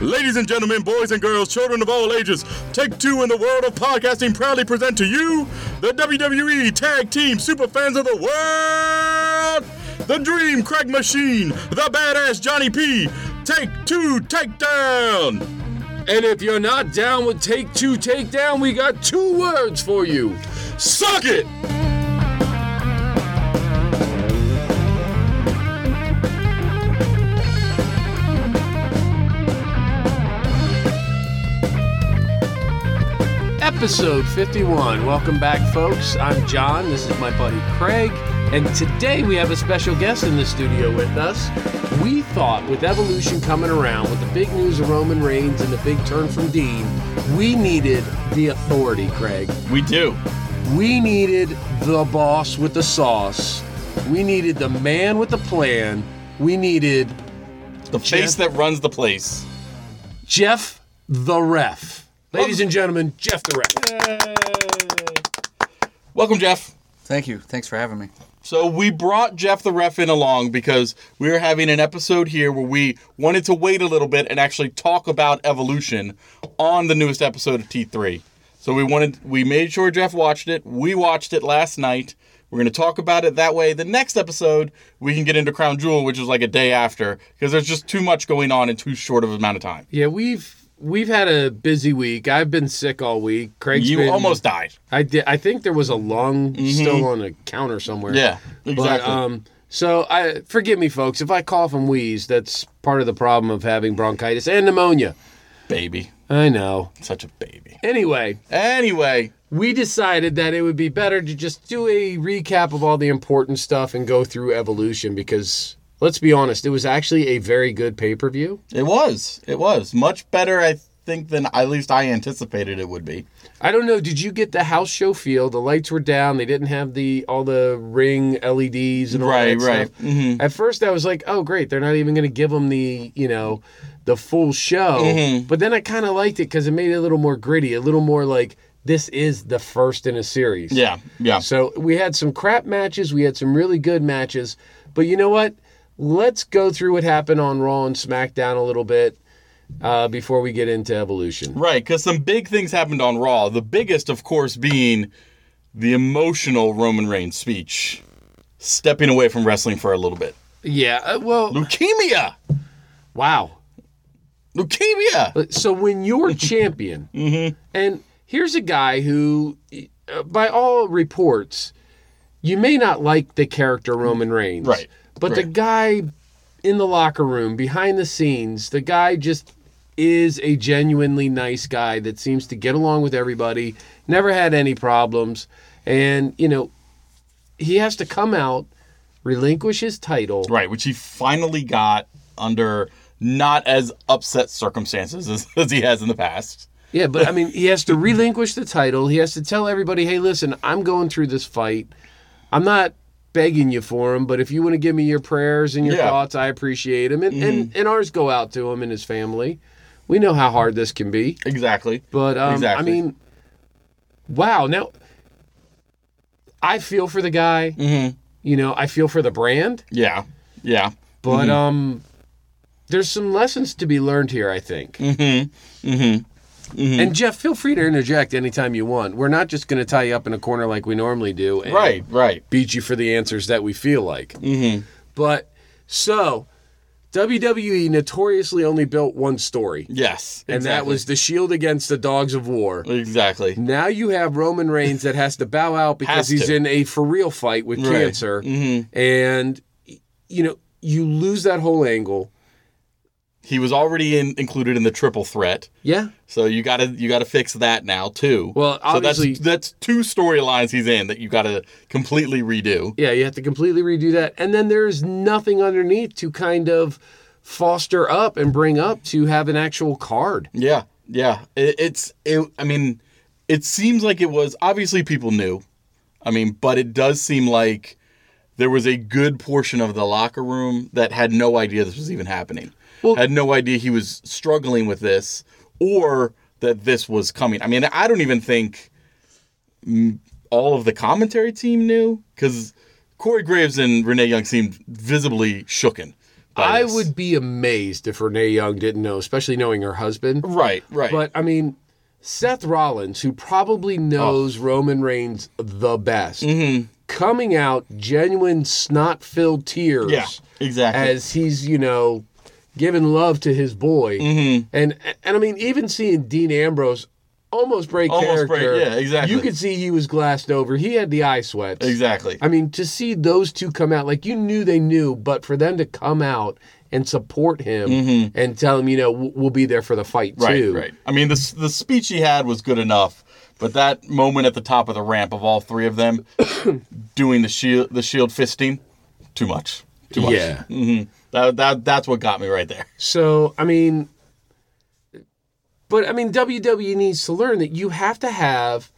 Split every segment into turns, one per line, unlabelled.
Ladies and gentlemen, boys and girls, children of all ages, Take Two in the World of Podcasting proudly present to you the WWE Tag Team Superfans of the World, the Dream Craig Machine, the Badass Johnny P, Take Two Takedown.
And if you're not down with Take Two Takedown, we got two words for you.
Suck it!
Episode 51. Welcome back, folks. I'm John. This is my buddy Craig. And today we have a special guest in the studio with us. We thought with Evolution coming around, with the big news of Roman Reigns and the big turn from Dean, we needed the authority, Craig.
We do.
We needed the boss with the sauce. We needed the man with the plan. We needed
The face that runs the place.
Jeff the ref. Ladies and gentlemen, Jeff the ref.
Welcome, Jeff.
Thank you. Thanks for having me.
So we brought Jeff the ref in along because we were having an episode here where we wanted to wait a little bit and actually talk about evolution on the newest episode of T3. So we wanted we made sure Jeff watched it. We watched it last night. We're going to talk about it that way. The next episode we can get into Crown Jewel, which is like a day after because there's just too much going on in too short of an amount of time.
Yeah, we've we've had a busy week. I've been sick all week. Craig's
You
been,
almost died.
I did. I think there was a lung still on the counter somewhere.
Yeah, exactly.
But, um, so I forgive me, folks, if I cough and wheeze. That's part of the problem of having bronchitis and pneumonia.
baby,
I know.
such a baby.
Anyway,
Anyway,
we decided that it would be better to just do a recap of all the important stuff and go through evolution because let's be honest, it was actually a very good pay per view.
It was. It was much better, I think, than at least I anticipated it would be.
I don't know. Did you get the house show feel? The lights were down. They didn't have the all the ring LEDs and all
Right,
that
right. Mm-hmm.
stuff. At first, I was like, "Oh, great! They're not even going to give them the you know the full show."
Mm-hmm.
But then I kind of liked it because it made it a little more gritty, a little more like this is the first in a series.
Yeah, yeah.
So we had some crap matches. We had some really good matches. But you know what? Let's go through what happened on Raw and SmackDown a little bit uh, before we get into Evolution.
Right, because some big things happened on Raw. The biggest, of course, being the emotional Roman Reigns speech, stepping away from wrestling for a little bit.
Yeah. uh, well,
Leukemia,
wow.
leukemia.
But- So when you're champion,
Mm-hmm.
and here's a guy who, uh, by all reports, you may not like the character Roman Reigns,
Right,
But the
right.
guy in the locker room, behind the scenes, the guy just is a genuinely nice guy that seems to get along with everybody, never had any problems, and you know, he has to come out, relinquish his title,
Right, which he finally got under not as upset circumstances as, as he has in the past.
Yeah, but I mean, he has to relinquish the title. He has to tell everybody, "Hey, listen, I'm going through this fight. I'm not begging you for him, but if you want to give me your prayers and your
Yeah. Mm-hmm.
thoughts, I appreciate him." And, and and ours go out to him and his family. We know how hard this can be,
Exactly.
but um,
Exactly.
I mean, wow. Now, I feel for the guy. You know, I feel for the brand,
Mm-hmm. Yeah, yeah.
but
Mm-hmm.
um, there's some lessons to be learned here. I think.
Mm-hmm.
And Jeff, feel free to interject anytime you want. We're not just going to tie you up in a corner like we normally do. And
Right, right.
Beat you for the answers that we feel like. Mm-hmm. But so WWE notoriously only built one story,
Yes.
and that was the Shield against the Dogs of War.
exactly.
Now you have Roman Reigns that has to bow out because
Has
he's
to.
in a for real fight with
Right. Mm-hmm.
cancer, and you know you lose that whole angle.
he was already in, included in the triple threat
Yeah,
so you gotta you gotta fix that now too
Well, obviously-
so that's, that's two storylines he's in that you gotta completely redo
Yeah, you have to completely redo that. And then there's nothing underneath to kind of foster up and bring up to have an actual card.
yeah yeah it, it's it, i mean it seems like it was obviously people knew i mean but it does seem like there was a good portion of the locker room that had no idea this was even happening
Well-
had no idea he was struggling with this or that this was coming. I mean, I don't even think mm, all of the commentary team knew because Corey Graves and Renee Young seemed visibly shooken. by
I
this.
would be amazed if Renee Young didn't know, especially knowing her husband.
Right, right.
But I mean, Seth Rollins, who
Oh.
probably knows Roman Reigns the best,
Mm-hmm.
coming out genuine snot filled tears.
Yeah, exactly.
As he's, you know, giving love to his boy.
Mm-hmm.
And and I mean, even seeing Dean Ambrose almost break
Almost break-
character.
yeah, exactly.
You could see he was glassed over. He had the eye sweats.
exactly.
I mean, to see those two come out, like you knew they knew, but for them to come out and support him and tell him, you know, w- we'll be there for the fight
Mm-hmm. right,
too.
right. I mean, the the speech he had was good enough, but that moment at the top of the ramp of all three of them doing the shield the shield fisting, too much, too much. Mm-hmm.
Yeah.
That, that that's what got me right there.
So, I mean, but I mean, WWE needs to learn that you have to have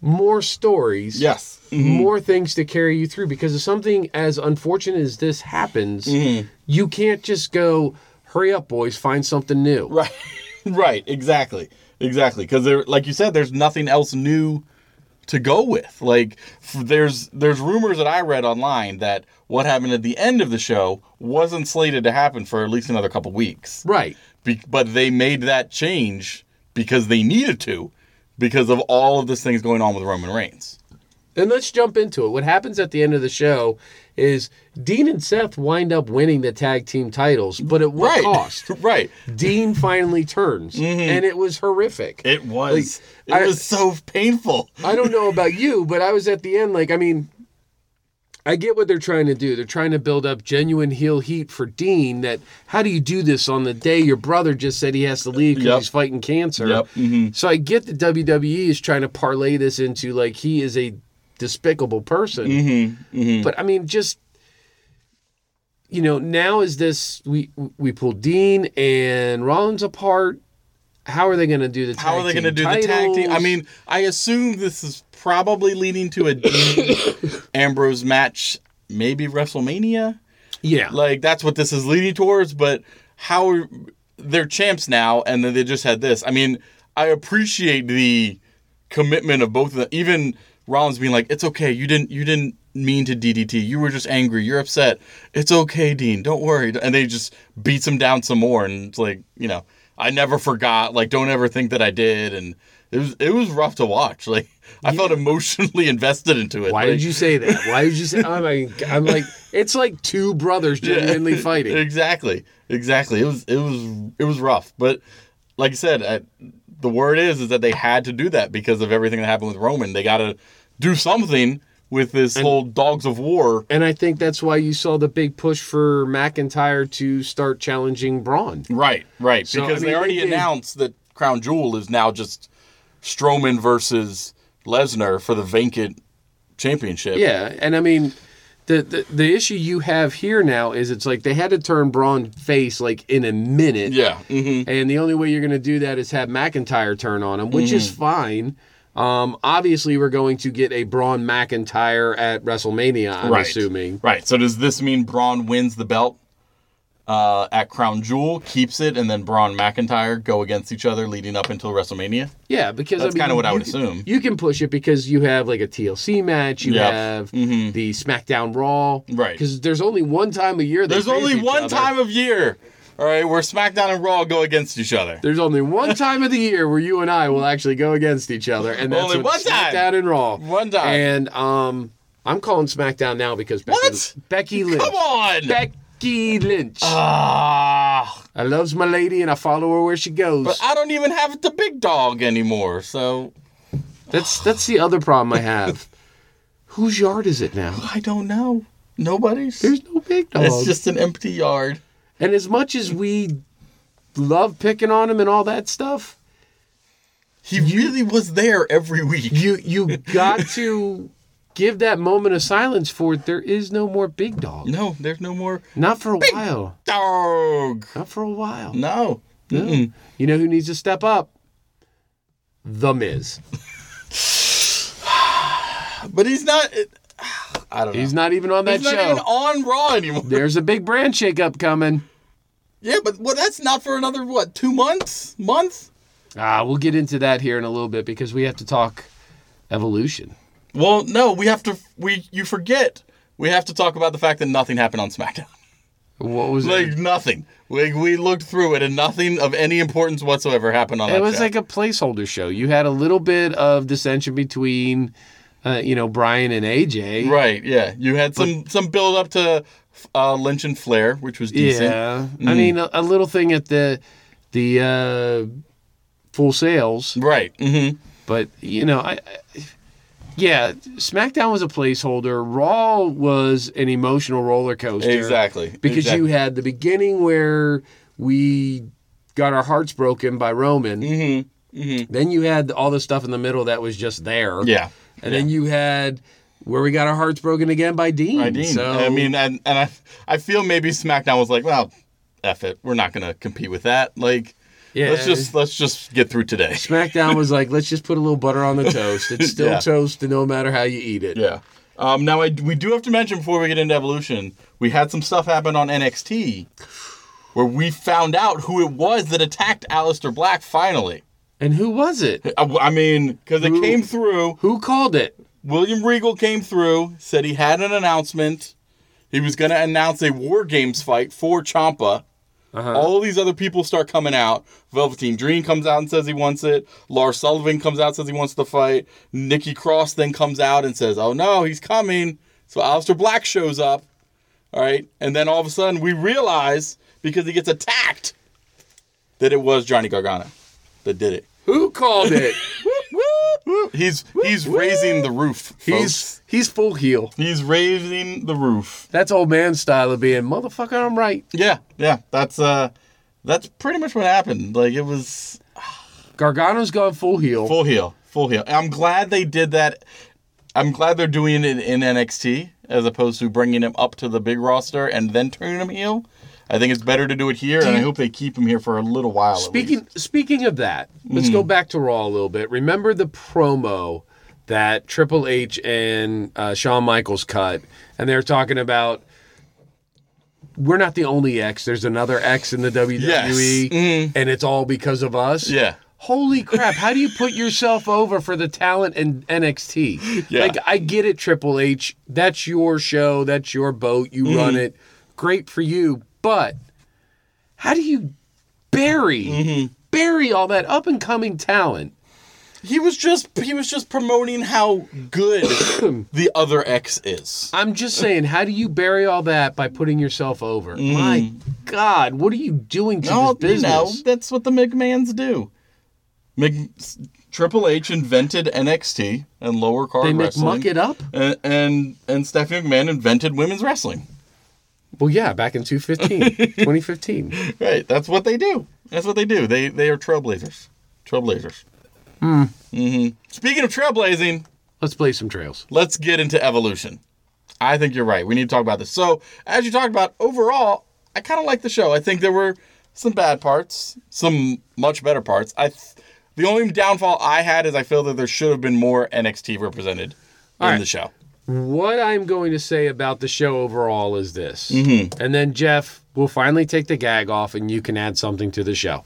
more stories.
Yes.
More things to carry you through because if something as unfortunate as this happens,
Mm-hmm.
you can't just go, hurry up, boys, find something new.
Right. right. Exactly. Exactly. Because there, like you said, there's nothing else new to go with. Like f- there's there's rumors that I read online that what happened at the end of the show wasn't slated to happen for at least another couple weeks.
Right.
Be- but they made that change because they needed to, because of all of this things going on with Roman Reigns.
And let's jump into it. What happens at the end of the show is Dean and Seth wind up winning the tag team titles, but at what
Right. Mm-hmm.
cost?
right.
Dean finally turns, and it was horrific.
It was.
Like,
it
I-
was so painful.
I don't know about you, but I was at the end like, I mean, I get what they're trying to do. They're trying to build up genuine heel heat for Dean that how do you do this on the day your brother just said he has to leave because
Yep.
he's fighting cancer?
Yep. Mhm.
So I get that WWE is trying to parlay this into like he is a despicable person.
Mm-hmm.
But I mean, just you know, now is this we we pull Dean and Rollins apart. How are they going to do the?
How
tag
are they going to
team
do the tag team? I
titles?
mean, I assume this is probably leading to a Dean Ambrose match, maybe WrestleMania.
yeah,
Like that's what this is leading towards. But how are, they're champs now, and then they just had this. I mean, I appreciate the commitment of both of them. Even Rollins being like, "It's okay. You didn't. You didn't." mean to DDT. You were just angry. You're upset. It's okay, Dean. Don't worry. And they just beats him down some more and it's like, you know, I never forgot. Like don't ever think that I did and it was it was rough to watch. Like I felt emotionally invested into it.
Why
Like,
did you say that? Why did you say? I'm like, I'm like, it's like two brothers genuinely fighting.
Exactly. Exactly. It was it was it was rough, but like I said, I, the word is is that they had to do that because of everything that happened with Roman. They got to do something with this whole dogs of war.
And I think that's why you saw the big push for McIntyre to start challenging Braun.
Right, right.
So,
because
I mean,
they already
they did-
announced that Crown Jewel is now just Strowman versus Lesnar for the vacant championship.
Yeah, and I mean, the, the the issue you have here now is it's like they had to turn Braun face like in a minute.
Yeah. hmm
And the only way you're going to do that is have McIntyre turn on him, which is
Mm-hmm.
fine. Um, obviously, we're going to get a Braun McIntyre at WrestleMania. I'm
right.
assuming.
Right. So does this mean Braun wins the belt uh, at Crown Jewel, keeps it, and then Braun McIntyre go against each other leading up until WrestleMania?
Yeah, because
That's
I mean,
kinda what I
you
would
can-
assume.
You can push it because you have like a TLC match, you
Yep. Mm-hmm.
have the SmackDown Raw,
Right.
Because there's only one time a year. They
There's
face
only
each
one
other.
time of year, all right, where SmackDown and Raw go against each other.
There's only one time of the year where you and I will actually go against each other, and that's
Only
when
one time.
SmackDown and Raw.
One time.
And um, I'm calling SmackDown now because Becky,
What?
Becky Lynch.
Come on! Uh,
Becky Lynch.
Ah,
I loves my lady and I follow her where she goes.
but I don't even have the big dog anymore, so
that's that's the other problem I have. Whose yard is it now?
I don't know. Nobody's.
There's no big dog.
it's just an empty yard.
And as much as we love picking on him and all that stuff,
He really was there every week.
you you got to give that moment of silence for there is no more big dog.
No, there's no more
Not for a while.
dog.
Not for a while.
No.
No. You know who needs to step up? The Miz.
But he's not. it- I don't know.
He's not even on that
He's not
show.
even on Raw anymore.
There's a big brand shakeup coming.
Yeah, but well, that's not for another what? Two months? Month?
Ah, we'll get into that here in a little bit because we have to talk evolution.
Well, no, we have to. We you forget. We have to talk about the fact that nothing happened on SmackDown.
What was
Like
it?
nothing. Like we looked through it, and nothing of any importance whatsoever happened on.
It
that
was
show.
like a placeholder show. You had a little bit of dissension between, uh, you know, Brian and AJ.
right. Yeah, you had some some build up to uh, Lynch and Flair, which was decent. Mm.
Yeah. I mean, a, a little thing at the the uh, full sales,
Right. Mm-hmm.
but you know, I, I- yeah, SmackDown was a placeholder. Raw was an emotional roller coaster.
Exactly.
Because
exactly.
you had the beginning where we got our hearts broken by Roman.
Mm.
Mm-hmm. Mm-hmm. Then you had all the stuff in the middle that was just there.
Yeah.
And then you had where we got our hearts broken again by Dean.
I mean,
Hmm. So,
I mean, and, and I, I feel maybe SmackDown was like, well, f it, we're not gonna compete with that. Like,
yeah.
let's just let's just get through today.
SmackDown was like, let's just put a little butter on the toast. It's still
Yeah.
toast, no matter how you eat it.
Yeah. Um, now I, we do have to mention before we get into Evolution, we had some stuff happen on NXT where we found out who it was that attacked Aleister Black finally. Uh,
And who was it?
I, I mean, because it came through.
Who called it?
William Regal came through, said he had an announcement. He was going to announce a War Games fight for Champa. All of these other people start coming out. Velveteen Dream comes out and says he wants it. Lars Sullivan comes out and says he wants the fight. Nikki Cross then comes out and says, "Oh no, he's coming." So Aleister Black shows up. All right, and then all of a sudden we realize because he gets attacked that it was Johnny Gargano that did it.
Who called it?
He's he's raising the roof. folks.
he's he's full heel.
He's raising the roof.
That's old man style of being motherfucker. I'm right.
Yeah, yeah. That's uh that's pretty much what happened. Like it was
Gargano's gone full heel.
full heel. Full heel. I'm glad they did that. I'm glad they're doing it in NXT as opposed to bringing him up to the big roster and then turning him heel. I think it's better to do it here, and I
you-
hope they keep him here for a little while. at least.
Speaking speaking of that, let's go back to Raw a little bit. Remember the promo that Triple H and uh, Shawn Michaels cut, and they're talking about we're not the only X. There's another X in the WWE, and it's all because of us.
Yeah.
Holy crap! How do you put yourself over for the talent in NXT?
Yeah.
Like I get it, Triple H. That's your show. That's your boat. You
Mm-hmm.
run it. Great for you. But how do you bury
Mm-hmm.
bury all that up and coming talent?
he was just he was just promoting how good the other X is.
I'm just saying, how do you bury all that by putting yourself over? My God, what are you doing to
Mm-hmm. No,
this
you know,
business?
that's what the McMahons do. Mc, Triple H invented NXT and lower card
They make
wrestling.
muck it up.
and, and and Stephanie McMahon invented women's wrestling.
Well, yeah, back in 2015, 2015.
Right, that's what they do. That's what they do. They they are trailblazers. Trailblazers. hmm Speaking of trailblazing,
Let's play some trails.
let's get into evolution. I think you're right. We need to talk about this. So, as you talked about, overall, I kind of like the show. I think there were some bad parts, some much better parts. I th- the only downfall I had is I feel that there should have been more NXT represented in
right.
the show.
What I'm going to say about the show overall is this.
Mm-hmm.
And then, Jeff, we'll finally take the gag off and you can add something to the show.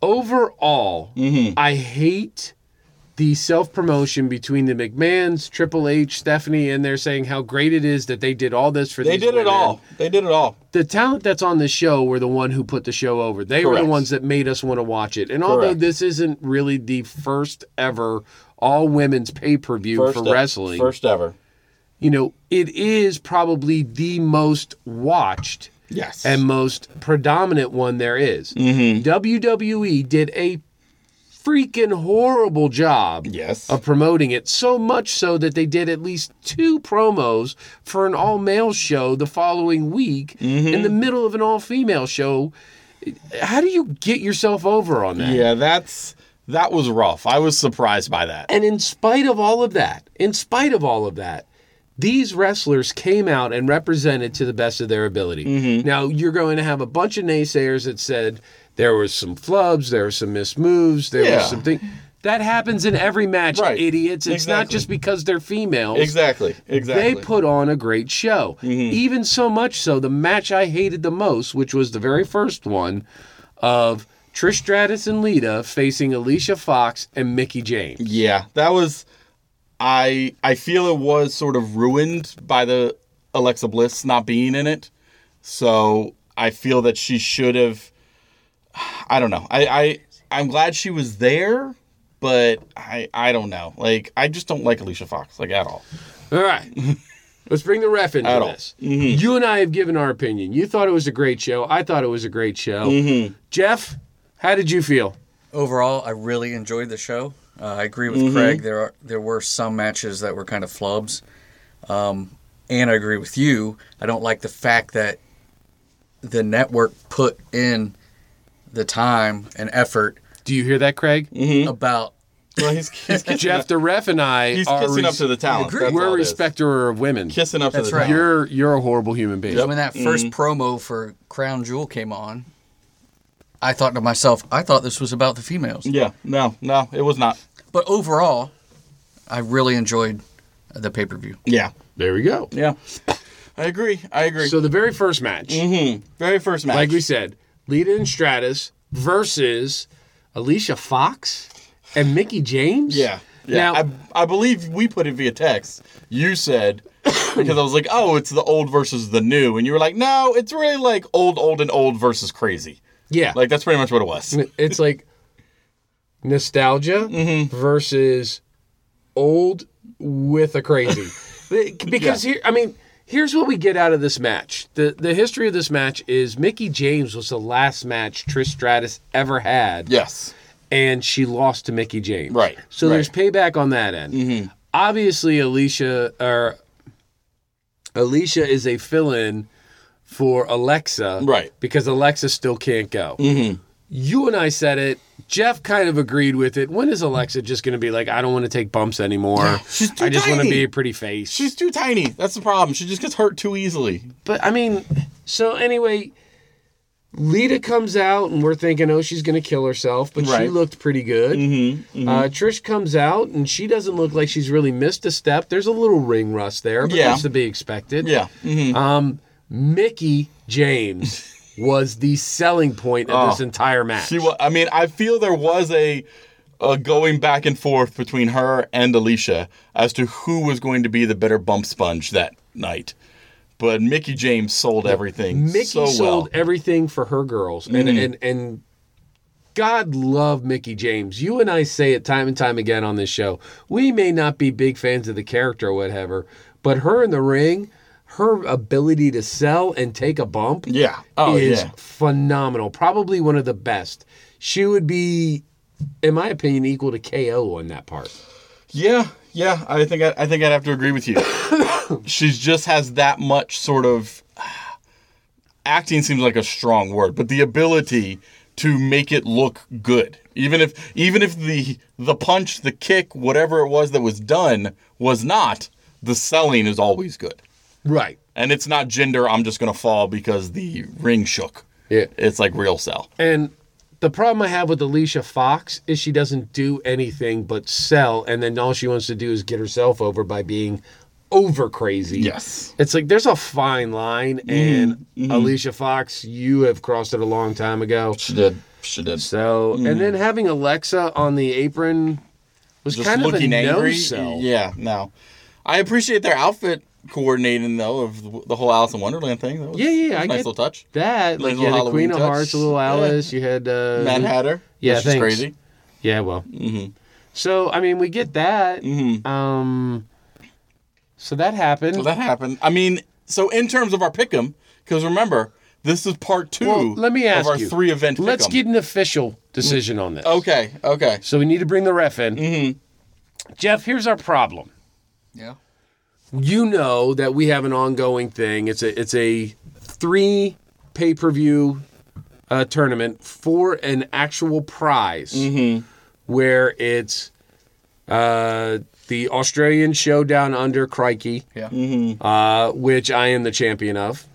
Overall,
Mm-hmm.
I hate the self promotion between the McMahons, Triple H, Stephanie, and they're saying how great it is that they did all this for
They
these
did it
women.
all. They did it all.
The talent that's on the show were the one who put the show over. They were
Correct.
the ones that made us want to watch it. And although
Correct.
this isn't really the first ever all women's pay per view for
e-
wrestling,
First ever.
you know, it is probably the most watched
Yes.
and most predominant one there is. WWE did a freaking horrible job
yes.
of promoting it, so much so that they did at least two promos for an all male show the following week in the middle of an all female show. How do you get yourself over on that?
Yeah, that's that was rough. I was surprised by that.
And in spite of all of that, in spite of all of that, these wrestlers came out and represented to the best of their ability.
Mm-hmm.
Now, you're going to have a bunch of naysayers that said there was some flubs, there were some missed moves, there
Yeah.
was some thing. That happens in every match,
Right.
idiots. It's not
Exactly.
just because they're females.
Exactly. Exactly. Mm-hmm.
They put on a great show. Even so much so, the match I hated the most, which was the very first one of Trish Stratus and Lita facing Alicia Fox and Mickey James.
Yeah, that was. I I feel it was sort of ruined by the Alexa Bliss not being in it, so I feel that she should have. I don't know. I I I'm glad she was there, but I I don't know. Like I just don't like Alicia Fox like at all.
All right. Let's bring the ref into
At all. Mm-hmm.
this. You and I have given our opinion. You thought it was a great show. I thought it was a great show.
Mm-hmm.
Jeff, how did you feel?
Overall, I really enjoyed the show. Uh, I agree with Craig. There are there were some matches that were kind of flubs, um, and I agree with you. I don't like the fact that the network put in the time and effort
Do you hear that, Craig?
about
Well, he's, he's kissing,
Jeff, the ref, and I
he's
are
kissing up
res-
to the talent. That's all
We're a
it is.
respecter of women.
Kissing up
That's
to the
right.
talent.
You're you're a horrible human being.
when that 1st promo for Crown Jewel came on. I thought to myself, I thought this was about the females.
Yeah. No. No. It was not.
But overall, I really enjoyed the pay per view.
Yeah.
There we go.
Yeah. I agree. I agree.
So the very first match,
Mm-hmm. Very first match.
like we said, Lita and Stratus versus Alicia Fox and Mickey James.
Yeah. Yeah.
Now-
I, I believe we put it via text. You said, because I was like, oh, it's the old versus the new. And you were like, no, it's really like old, old, and old versus crazy.
Yeah.
Like, that's pretty much what it was.
it's like nostalgia versus old with a crazy. because here, I mean, here's what we get out of this match. the The history of this match is Mickey James was the last match Trish Stratus ever had,
Yes.
and she lost to Mickey James.
Right,
So
right. Mm-hmm.
there's payback on that end. Obviously, Alicia or Alicia is a fill-in for Alexa,
Right. Mm-hmm.
Because Alexa still can't go. You and I said it. Jeff kind of agreed with it. When is Alexa just going to be like, I don't want to take bumps anymore?
she's too
I just want to
tiny."
be a pretty face.
She's too tiny. That's the problem. She just gets hurt too easily.
But I mean, so anyway, Lita comes out, and we're thinking, oh, she's going to kill herself, but she
Right. Mm-hmm,
looked pretty good. Uh, Trish comes out, and she doesn't look like she's really missed a step. There's a little ring rust there, but
Yeah.
that's to be expected.
Yeah. Mhm.
Mickey James was the selling point of this entire match.
Oh, She was, I mean, I feel there was a, a going back and forth between her and Alicia as to who was going to be the better bump sponge that night. But Mickey James sold everything
Mickey
so
sold
well. Mm-hmm.
everything for her girls, and and and God love Mickey James. You and I say it time and time again on this show. We may not be big fans of the character or whatever, but her in the ring, her ability to sell and take a bump
Yeah. Oh,
is
yeah.
phenomenal. Probably one of the best. She would be, in my opinion, equal to KO on that part.
Yeah, yeah. I think I, I think I'd have to agree with you. she just has that much sort of acting seems like a strong word, but the ability to make it look good, even if even if the the punch, the kick, whatever it was that was done was not, the selling is always good,
Right.
and it's not gender. I'm just gonna fall because the ring shook.
Yeah.
It's like real sell.
And the problem I have with Alicia Fox is she doesn't do anything but sell, and then all she wants to do is get herself over by being over crazy.
Yes.
It's like there's a fine line,
Mm-hmm.
and Alicia Fox, you have crossed it a long time ago.
She did. She did.
So, and then having Alexa on the apron was
Mm. just
kind of a
looking angry.
no-sell.
Yeah, no. I appreciate their outfit coordinating though of the- the whole Alice in Wonderland thing. That was
Yeah, yeah,
a
I
nice
get-
little touch.
That, like,
Nice
you had
little
a Queen
Halloween
of
touch.
Hearts, a little
Yeah.
Alice, you had uh,
Mad Hatter.
Yeah,
which is
thanks.
crazy.
Yeah, well. So I mean, we get that. Um, so that happened.
So that happened. I mean, so in terms of our pick'em, because remember this is part two.
well, let me ask
of our
you.
three event.
Let's
pick'em.
get an official decision on this.
Okay. Okay. Mm-hmm.
So we need to bring the ref in. Jeff, here's our problem.
Yeah.
You know that we have an ongoing thing. It's a it's a three pay per view uh, tournament for an actual prize, where it's uh, the Australian Showdown under Crikey.
Yeah.
uh, which I am the champion of.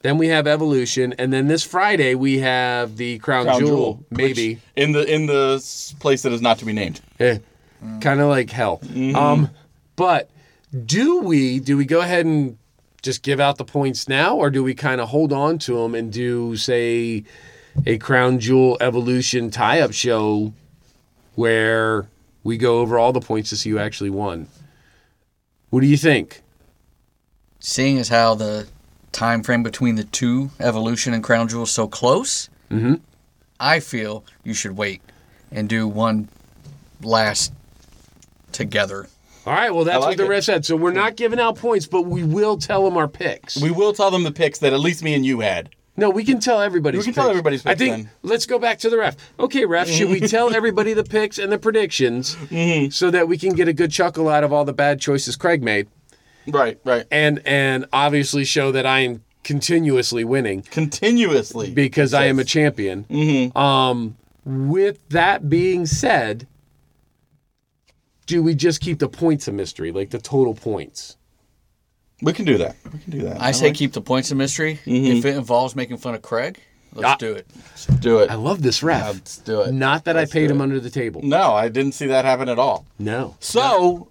Then we have Evolution, and then this Friday we have the Crown,
Crown
Jewel,
Jewel,
maybe,
In the in the s- place that is not to be named.
kind of like hell.
Mm-hmm.
Um, but do we do we go ahead and just give out the points now, or do we kind of hold on to them and do say a crown jewel evolution tie up show where we go over all the points to see who actually won. What do you think?
Seeing as how the time frame between the two, Evolution and Crown Jewel, is so close, I feel you should wait and do one last together.
All right, well, that's
like
what the
it.
rest said. So we're not giving out points, but we will tell them our picks.
We will tell them the picks that at least me and you had.
No, we can tell everybody's.
We can tell
picks.
everybody's
I
picks
think
then.
let's go back to the ref. Okay, ref, should we tell everybody the picks and the predictions
Mm-hmm.
so that we can get a good chuckle out of all the bad choices Craig made,
Right, right.
and and obviously show that I am continuously winning
Continuously.
because I am a champion.
Mm-hmm.
Um, with that being said, do we just keep the points a mystery, like the total points?
we can do that. We can do that.
I say keep the points a mystery. If it involves making fun of Craig, let's
Ah.
do it.
do it.
I love this ref.
Let's do it.
Not that I paid him under the table.
No, I didn't see that happen at all.
No.
So,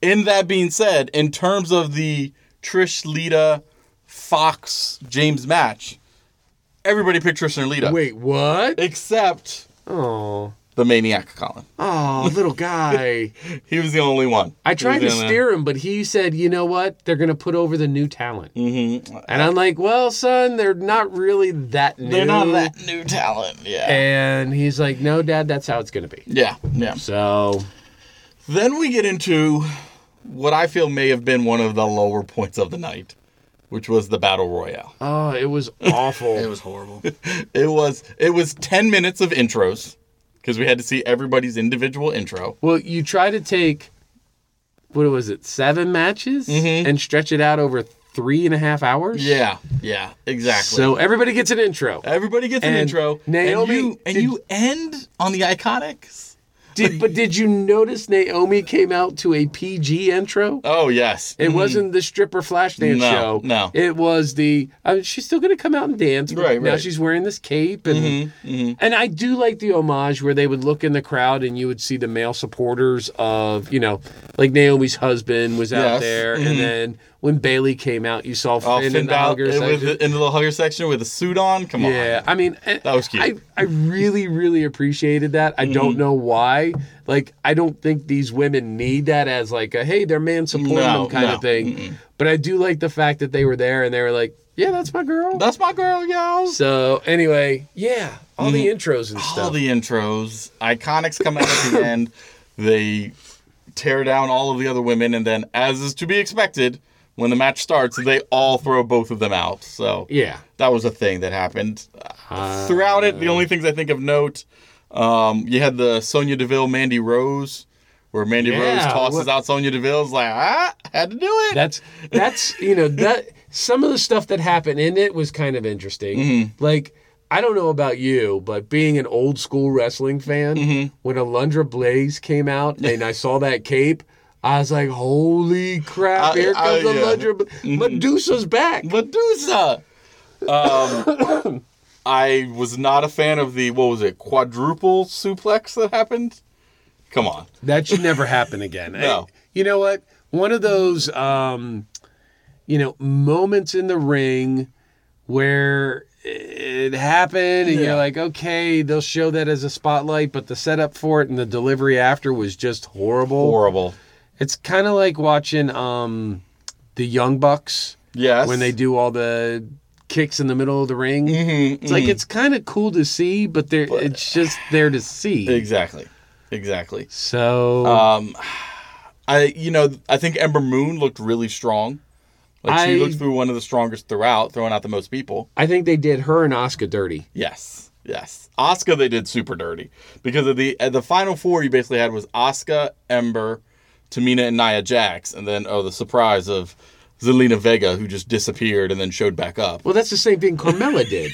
in that being said, in terms of the Trish Lita Fox James match, everybody picked Trish and Lita.
Wait, what?
Except
Oh.
the maniac Colin.
Oh, little guy.
He was the only one.
I
He
tried to
was the only
steer him, but he said, you know what? They're going to put over the new talent. Mm-hmm. And I'm like, well, son, they're not really that new.
one. They're not that new talent. Yeah.
And he's like, no, dad, that's how it's going to be.
yeah. Yeah.
So,
Then we get into what I feel may have been one of the lower points of the night, which was the battle royale.
oh, it was awful.
It was horrible.
It was it was 10 minutes of intros because we had to see everybody's individual intro.
well, you try to take, what was it, seven matches and stretch it out over three and a half hours?
Mm-hmm. Yeah, yeah, exactly.
So everybody gets an intro.
everybody gets an
And
intro.
Naomi-
and you, and
did-
you end on the iconics.
Did, but did you notice Naomi came out to a PG intro?
Oh yes,
It wasn't the stripper flash dance
No,
show.
no.
it was the. I mean, she's still going to come out and dance. but
Right,
now
right. Mm-hmm,
she's wearing this cape, and and I do like the homage where they would look in the crowd and you would see the male supporters of you know, like Naomi's husband was out
Yes, mm-hmm.
there, and then when Bailey came out, you saw Finn,
Oh,
in
Finn
the
Balor
hugger
in
section.
the, in the little hugger section with a suit on. Come on.
Yeah, I mean, that
was cute. Mm-hmm.
I, I really, really appreciated that. I don't know why. Like, I don't think these women need that as like a hey, their man supporting
No,
them kind
no,
of thing. But I do like the fact that they were there and they were like, yeah, that's my girl.
that's my girl, y'all.
so anyway, yeah, all the intros and stuff.
Mm-hmm. all the intros. Iconics come out at the end. They tear down all of the other women, and then, as is to be expected, when the match starts, they all throw both of them out. So
yeah,
that was a thing that happened throughout it. The only things I think of note, um, you had the Sonya Deville Mandy Rose, where Mandy
Yeah,
Rose tosses
what-
out Sonya Deville's like, ah, had to do it.
that's that's you know that some of the stuff that happened in it was kind of interesting.
Mm-hmm.
Like I don't know about you, but being an old school wrestling fan,
Mm-hmm.
when Alundra Blaze came out and I saw that cape, I was like, "Holy crap!
I-
Here
I-
comes
yeah. Mm-hmm.
Alundra Bla- Medusa's back!"
Medusa. Um, I was not a fan of the what was it quadruple suplex that happened. Come on,
That should never happen again.
No.
I- you know what? One of those, um, you know, moments in the ring where it happened and
Yeah.
you're like, okay, they'll show that as a spotlight, but the setup for it and the delivery after was just horrible.
horrible.
It's kind of like watching um, the Young Bucks
Yes, Mm-hmm.
when they do all the kicks in the middle of the ring. It's like, it's kind of cool to see, but, they're, it's just there to see.
exactly, exactly.
so.
Um, I you know I think Ember Moon looked really strong. Like she
I-
looked through one of the strongest throughout, throwing out the most people.
I think they did her and Oscar dirty.
Yes, yes. Oscar they did super dirty because of the uh, the final four you basically had was Oscar, Ember, Tamina, and Nia Jax, and then oh the surprise of Zelina Vega who just disappeared and then showed back up.
Well, that's the same thing Carmella did.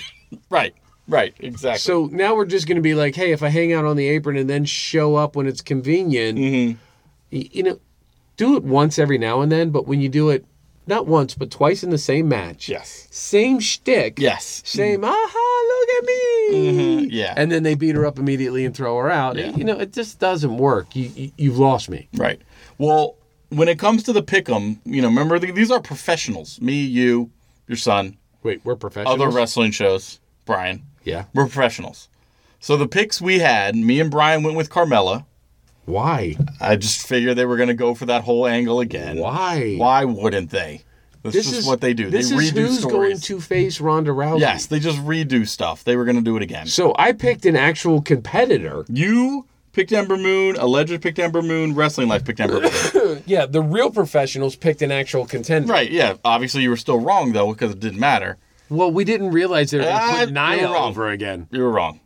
Right, right, exactly.
So now we're just going to be like, hey, if I hang out on the apron and then show up when it's convenient,
Mm-hmm.
y- you know, do it once every now and then. But when you do it, not once, but twice in the same match,
yes,
same shtick,
yes,
same, aha, look at me.
Mm-hmm, yeah,
And then they beat her up immediately and throw her out.
Yeah.
You know, it just doesn't work. You, you, you've lost me.
right. Well, when it comes to the pick'em, you know, remember th- these are professionals. Me, you, your son,
Wait, we're professionals.
other wrestling shows. Brian,
Yeah.
We're professionals. So the picks we had, me and Brian went with Carmella.
Why?
I just figured they were going to go for that whole angle again.
Why?
Why wouldn't they? That's
This
just
is
what they do.
This
they
is
redo
who's going
stories.
to face Ronda Rousey.
Yes, they just redo stuff. They were going to do it again.
So I picked an actual competitor.
You picked Ember Moon. Alleged picked Ember Moon. Wrestling Life picked Ember Moon.
Uh, Yeah, the real professionals picked an actual contender.
right? Yeah. Obviously, you were still wrong though because it didn't matter.
Well, we didn't realize they were going to
Ah,
put Nia
you're wrong.
over again.
You were wrong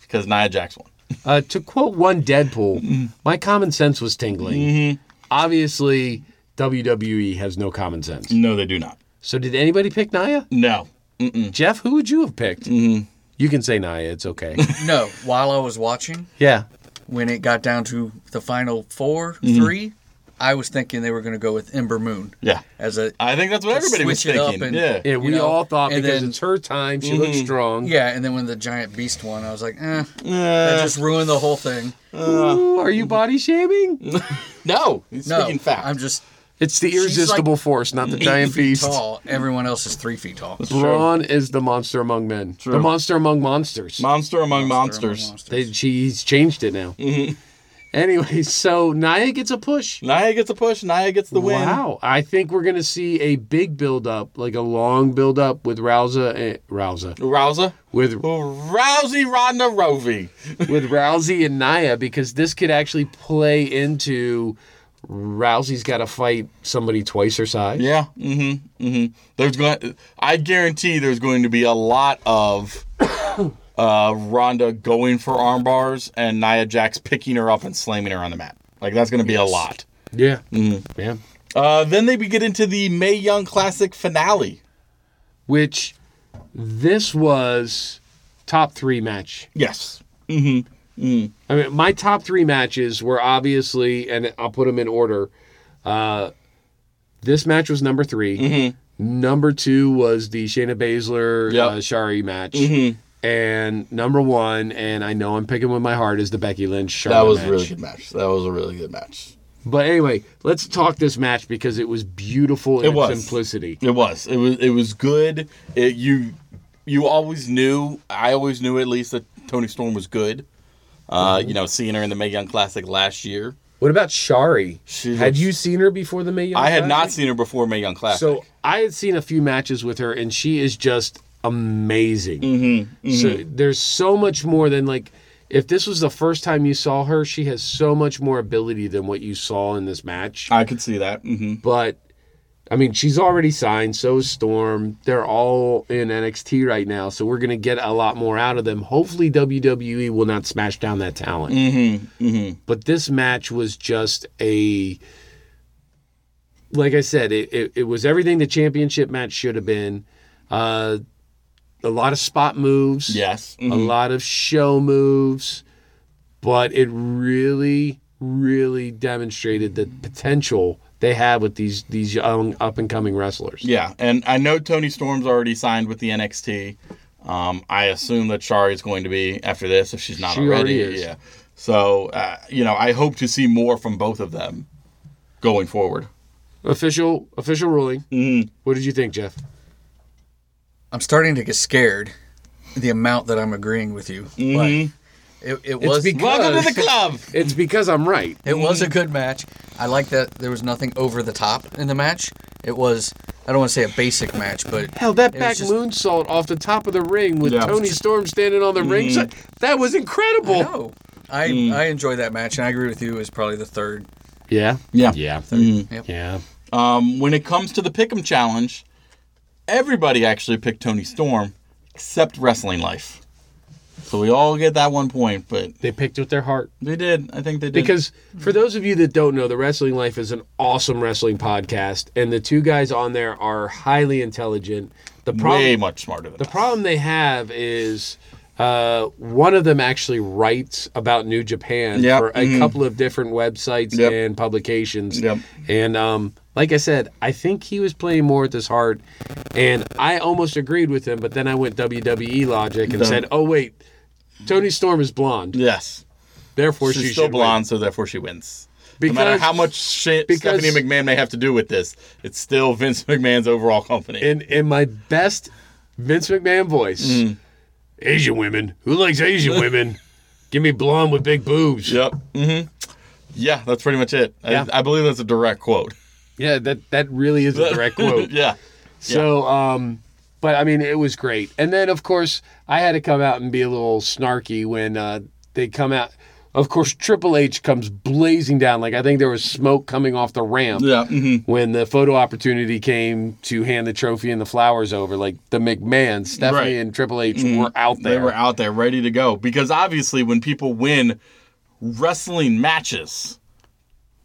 because Nia Jax won.
Uh, to quote one
Mm-hmm.
Deadpool, my common sense was tingling. Obviously, WWE has no common sense.
No, they do not.
So did anybody pick Nia?
No. Mm-hmm.
Jeff, who would you have picked? You can say Nia. It's okay.
No, while I was watching,
yeah.
when it got down to the final 4 three, I was thinking they were going to go with Ember Moon
Yeah.
as a
I think that's what everybody was
switch it up
thinking.
and-
yeah.
Yeah,
You
we
know,
all thought
and
because
then-
it's her time. She
Mm-hmm.
looks strong.
yeah. And then when the giant beast won, I was like, eh, that just ruined the whole thing.
Ooh, are you body shaming?
No. He's
No,
speaking fact.
I'm just
It's the
like
irresistible force, not the giant beast.
tall. Everyone else is three feet tall.
Braun is the monster among men. The monster among monsters.
Monster among
Monster among
monsters.
They, she's changed it now.
Mm-hmm.
Anyway, so Nia gets a push.
Nia gets a push. Nia gets the win.
Wow, I think we're gonna see a big build up, like a long build up with Rousa, and, Rousa
Rousa.
with
Rousey Ronda Rousey.
with Rousey and Nia because this could actually play into Rousey's got to fight somebody twice her size.
Yeah. Mm-hmm. Mm-hmm. There's going. I guarantee there's going to be a lot of uh, Ronda going for arm bars and Nia Jax picking her up and slamming her on the mat. Like that's going to be a lot.
Yeah, yeah.
Uh, then they we get into the May Young Classic finale.
Which this was top three match.
Yes.
I mean, my top three matches were obviously, and I'll put them in order. Uh, this match was number 3
Mm-hmm.
Number two was the Shayna Baszler
Yep. Mm-hmm.
uh, Shari match. And number one, and I know I'm picking with my heart, is the Becky Lynch Charlotte
That was a
match.
really good match. That was a really good match.
But anyway, let's talk this match because it was beautiful in
It
its
was.
simplicity.
It was. It was. It was good. It, you, you always knew. I always knew at least that Tony Storm was good. Uh,
Mm-hmm.
you know, seeing her in the Mae Young Classic last year,
What about Shari?
She
had
looks-
you seen her before the May Young
I had not
Classic?
seen her before Mae Young Classic.
So I had seen a few matches with her, and she is just amazing. So there's so much more than like. If this was the first time you saw her, she has so much more ability than what you saw in this match.
I could see that. hmm
But I mean, she's already signed. So is Storm. They're all in NXT right now, so we're gonna get a lot more out of them. Hopefully, WWE will not smash down that talent. Mm-hmm, mm-hmm. But this match was just a, like I said, it, it, it was everything the championship match should have been. Uh, a lot of spot moves
Yes.
a lot of show moves, but it really, really demonstrated the potential they have with these these young up and coming wrestlers.
Yeah, and I know Tony Storm's already signed with the NXT. Um, I assume that Shari's going to be after this if she's not
She
already.
already is.
Yeah. So uh, you know, I hope to see more from both of them going forward.
Official official ruling. Mm-hmm. What did you think, Jeff?
I'm starting to get scared. The amount that I'm agreeing with you. Like, it, it was
because-
Welcome to the club.
It's because I'm right.
It was a good match. I like that there was nothing over the top in the match. It was I don't want to say a basic match, but
Hell, that
It was
back
just-
moonsault off the top of the ring with
Yeah.
Tony Storm standing on the ring side—that was incredible.
no. Mm-hmm. I I enjoy that match and I agree with you it was probably the third.
Yeah,
Yeah.
yeah,
Yep.
yeah.
Um, when it comes to the Pick'em challenge, everybody actually picked Tony Storm except Wrestling Life. So we all get that one point, but
They picked with their heart.
they did. I think they did.
Because for those of you that don't know, the Wrestling Life is an awesome wrestling podcast, and the two guys on there are highly intelligent. The
way
problem,
much smarter than
the
us.
problem they have is uh, one of them actually writes about New Japan
Yep. Mm-hmm.
for a couple of different websites
Yep.
and publications.
Yep.
And um, like I said, I think he was playing more with his heart, and I almost agreed with him, but then I went WWE logic and
The-
said, "Oh wait, Tony Storm is blonde,
Yes.
therefore
She's
she
still
should win."
blonde, so therefore she wins.
Because
no matter how much shit
because-
Stephanie McMahon may have to do with this, it's still Vince McMahon's overall company. Mm.
in in my best Vince McMahon voice, Asian women. Who likes Asian women? Give me blonde with big boobs.
Yep. Mm-hmm. Yeah, that's pretty much it.
Yeah.
I, I believe that's a direct quote.
Yeah, that that really is a direct quote.
yeah.
So, um, but I mean, it was great. And then, of course, I had to come out and be a little snarky when uh, they come out. Of course, Triple H comes blazing down. Like I think there was smoke coming off the ramp
Yeah. Mm-hmm.
when the photo opportunity came to hand the trophy and the flowers over. Like the McMahon, Stephanie,
Right. Mm.
and Triple H were out there.
They were out there ready to go because obviously when people win wrestling matches,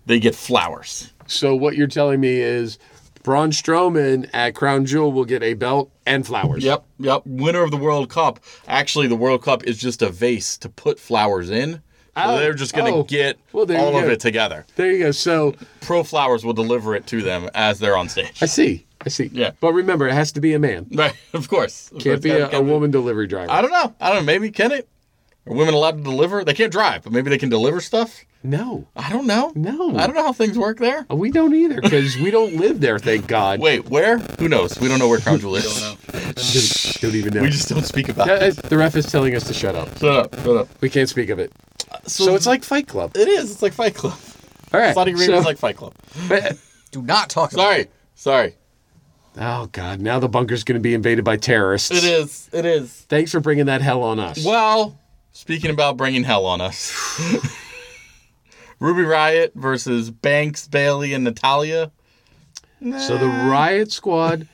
they get flowers.
So what you're telling me is Braun Strowman at Crown Jewel will get a belt and flowers.
Yep, yep. Winner of the World Cup. Actually, the World Cup is just a vase to put flowers in. So
Oh,
they're just going to
oh.
get
Well, there you
all of
go.
it together.
There you go. So
Pro Flowers will deliver it to them as they're on stage.
I see. I see.
Yeah.
But remember, it has to be a man.
Right, of course. Of course,
Can't be
gotta-
a, a
gotta-
woman delivery driver.
I don't know. I don't know. Maybe can it? Are women allowed to deliver? They can't drive, but maybe they can deliver stuff.
no,
I don't know.
No. Uh,
I don't know how things work there.
we don't either because we don't live there. Thank God.
Wait, where? Who knows? We don't know where Crown Jewel is.
Don't, don't even know.
We just don't speak about
Yeah,
it.
it's- the ref is telling us to shut up.
Shut up. Shut up.
We can't speak of it. So it's like Fight Club.
it is. It's like Fight Club.
All right.
Saudi Arabia
so-
is like Fight Club.
Do not talk about
Sorry. Sorry.
oh God! Now the bunker's going to be invaded by terrorists.
It is. It is.
Thanks for bringing that hell on us.
Well, speaking about bringing hell on us, Ruby Riot versus Banks, Bailey, and Natalia.
So the Riot Squad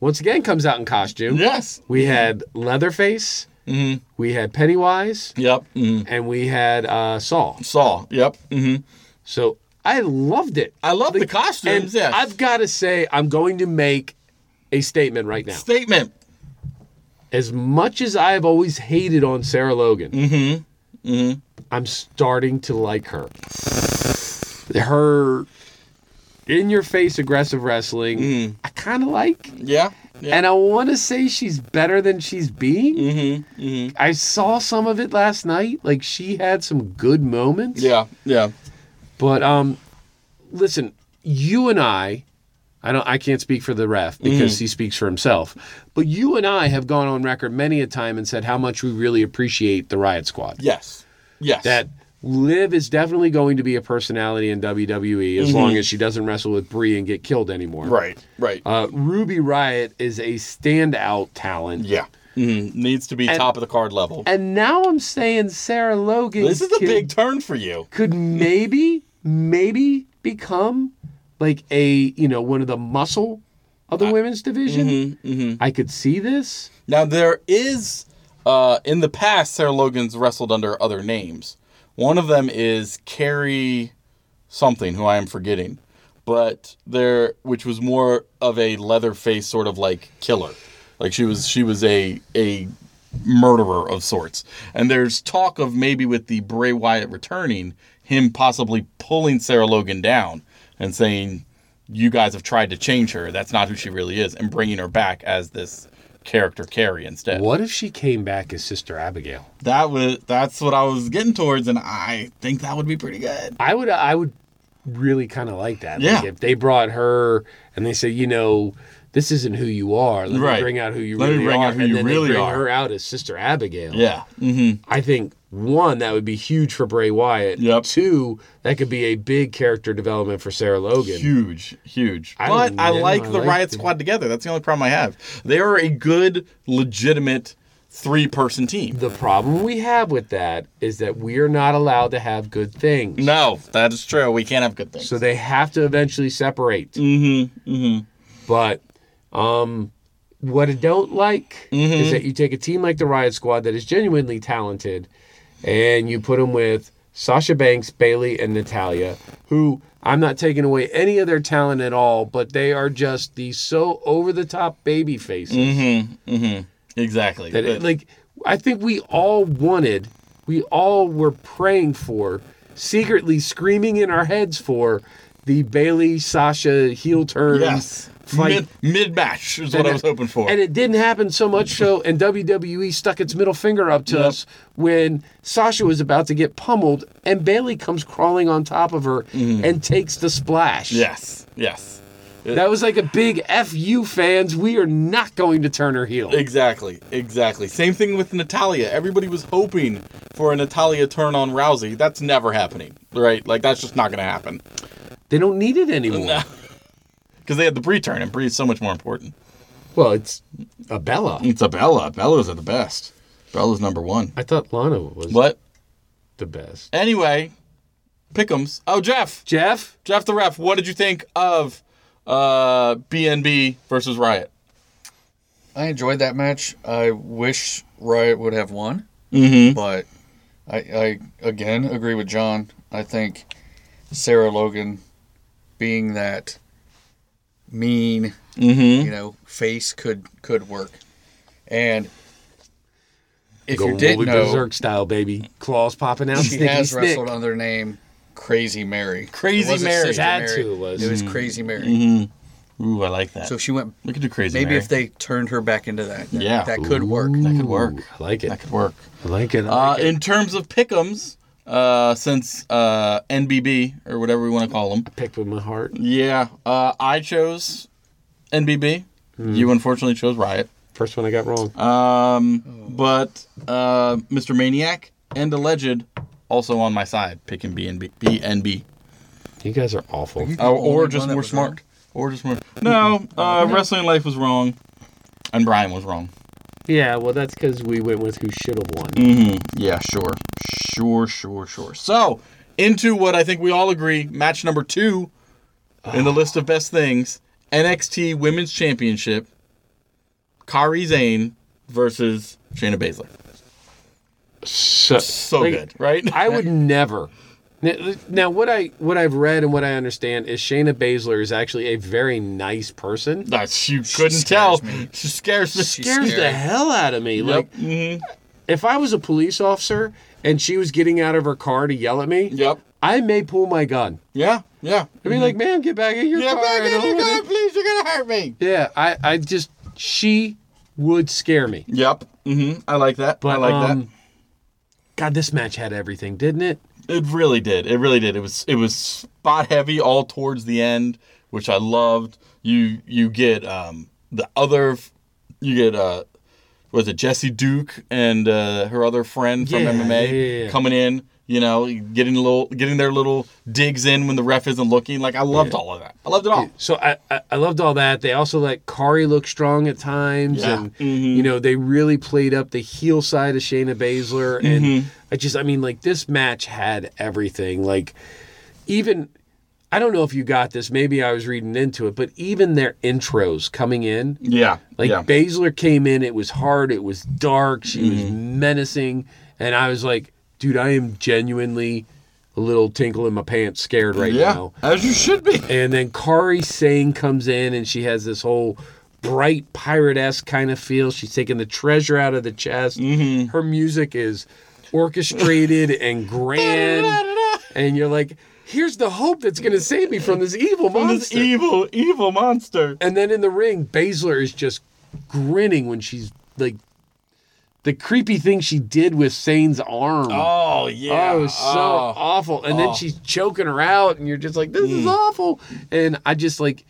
once again comes out in costume.
Yes.
We had Leatherface.
Mm-hmm.
We had Pennywise,
Yep. Mm.
and we had uh, Saul.
Saw. Yep. Mm-hmm.
So I loved it.
I love the,
And
costumes. Yes.
I've got to say, I'm going to make a statement right now.
Statement.
As much as I have always hated on Sarah Logan,
Mm-hmm.
I'm starting to like her. Her in your face aggressive wrestling,
Mm.
I kind of like.
Yeah. Yeah.
And I want to say she's better than she's being.
mm-hmm. Mm-hmm.
I saw some of it last night. Like she had some good moments.
Yeah. Yeah.
But um, listen, you and I, I don't, I can't speak for the ref because
Mm.
he speaks for himself. But you and I have gone on record many a time and said how much we really appreciate the Riot Squad.
Yes. Yes.
That Liv is definitely going to be a personality in WWE as long as she doesn't wrestle with Brie and get killed anymore.
Mm-hmm. Right. Right.
Uh, Ruby Riot is a standout talent.
yeah. Mm, needs to be top of the card level.
And now I'm saying Sarah Logan.
This is a
could-
big turn for you.
could maybe maybe become like a you know one of the muscle of the women's division.
Mm-hmm.
I could see this.
Now there is uh, in the past Sarah Logan's wrestled under other names. One of them is Carrie something who I am forgetting. But there which was more of a leather face sort of like killer. Like she was she was a a murderer of sorts. And there's talk of maybe with the Bray Wyatt returning, him possibly pulling Sarah Logan down and saying, You guys have tried to change her. That's not who she really is, and bringing her back as this character Carrie instead.
What if she came back as Sister Abigail?
That was that's what I was getting towards, and I think that would be pretty good.
I would I would really kind of like that. Like
Yeah.
if they brought her and they said, you know, this isn't who you are. Let
Right.
me bring out who you
Let me
really
bring
are.
out who
and
you
then they
really
bring
are.
her out as Sister Abigail.
Yeah. Mm-hmm.
I think one that would be huge for Bray Wyatt.
Yep.
Two that could be a big character development for Sarah Logan.
Huge, huge.
I
but
don't
I
know,
like
I
the
like
Riot
the-
Squad together. That's the only problem I have. They are a good, legitimate three-person team.
The problem we have with that is that we are not allowed to have good things.
No, that is true. We can't have good things.
So they have to eventually separate.
mm-hmm. Mm-hmm.
But um, what I don't like is that you take a team like the Riot Squad that is genuinely talented and you put them with Sasha Banks, Bailey, and Natalia, who I'm not taking away any of their talent at all, but they are just these so over the top baby faces.
Mm-hmm. Exactly.
that it,
But-
like I think we all wanted, we all were praying for, secretly screaming in our heads for the Bailey Sasha heel turn
yes.
fight.
Mid mid match is what
And
I
it-
was hoping for.
and it didn't happen so much so, and WWE stuck its middle finger up to
Yep.
us when Sasha was about to get pummeled,
Mm.
and Bailey comes crawling on top of her and takes the splash.
yes. Yes.
That was like a big FU fans. We are not going to turn her heel.
Exactly, exactly. Same thing with Natalia. Everybody was hoping for a Natalia turn on Rousey. That's never happening, right? Like that's just not going to happen
They don't need it anymore.
because they had the Brie turn, and Brie's so much more important.
Well, it's a Bella.
It's a Bella. Bellas are the best. Bella's number one.
I thought Lana was
But
the best.
anyway, Pickums. Oh, Jeff,
Jeff,
Jeff the ref. What did you think of uh, BNB versus Riot?
I enjoyed that match. I wish Riot would have won,
Mm-hmm.
but I, I again agree with John. I think Sarah Logan being that mean,
Mm-hmm.
you know, face could could work. And if
go
you didn't
Wooly
know,
Berserk style, baby. Claws popping out.
she
snicky
has
snick.
wrestled under the name Crazy Mary.
Crazy
It wasn't
Mary. Mm-hmm.
Sister
That's who it was.
It was Crazy Mary.
Ooh, I like that.
So she went.
we could do crazy.
Maybe
Mary.
if they turned her back into that, that
Yeah.
that could work.
that could work.
Ooh, I like it.
That could work.
I like it. I
Uh,
like it.
in terms of pickums, uh, since uh, NBB or whatever we want to call them,
Picked with my heart.
yeah, uh, I chose NBB.
Mm.
You unfortunately chose Riot,
First one I got wrong.
um,
Oh.
but uh, Mr. Maniac and Alleged also on my side, picking BNB, BNB,
You guys are awful.
You-
uh,
Only
or
one
just
that
more
was
smart,
wrong?
or just more. No, uh, Wrestling Life was wrong, and Brian was wrong.
Yeah, well, that's because we went with who should have won.
Yeah, sure. Sure, sure, sure. So, into what I think we all agree match number two in the list of best things NXT Women's Championship, Kari Zane versus Shayna Baszler.
So,
So
Like-
good, right?
I would never. Now- Now, what I what I've read and what I understand is Shayna Baszler is actually a very nice person.
That she couldn't
scares
tell.
me.
She scares mm-hmm. the shit.
Scares the
scary.
hell out of me. Like, if I was a police officer and she was getting out of her car to yell at me,
Yep.
I may pull my gun.
Yeah. Yeah.
I mean, like, ma'am, Mm-hmm. get back in your
Yeah,
car.
back
I
in
don't
your
wanna-"
car, please. You're gonna hurt me.
Yeah, I, I just she would scare me.
Yep. Mm-hmm. I like that. I
But,
like that.
um, God, this match had everything, didn't it?
It really did. It really did. It was it was spot heavy all towards the end, which I loved. You you get um the other you get uh was it Jesse Duke and uh, her other friend from
Yeah,
MMA
yeah, yeah, yeah.
coming in, you know, getting a little getting their little digs in when the ref isn't looking. Like I loved all of that. I loved it all.
So I, I I loved all that. They also let Kari look strong at times,
Yeah. Mm-hmm.
and you know they really played up the heel side of Shayna Baszler. And
Mm-hmm.
I just I mean like this match had everything. Like even I don't know if you got this. Maybe I was reading into it, but even their intros coming in,
Yeah.
like
yeah.
Baszler came in, it was hard, it was dark, she was
Mm-hmm.
menacing, and I was like, dude, I am genuinely a little tinkle in my pants, scared right
yeah.
now.
As you should be.
And then Kari Sane comes in and she has this whole bright pirate esque kind of feel. She's taking the treasure out of the chest.
Mm-hmm.
Her music is orchestrated and grand. and you're like, here's the hope that's going to save me from this evil
This e-,
monster.
evil, evil monster.
and then in the ring, Baszler is just grinning when she's like, the creepy thing she did with Sane's arm.
Oh yeah. Oh.
Oh, it was so awful. And then she's choking her out, and you're just like, this
Mm.
is awful. And I just like,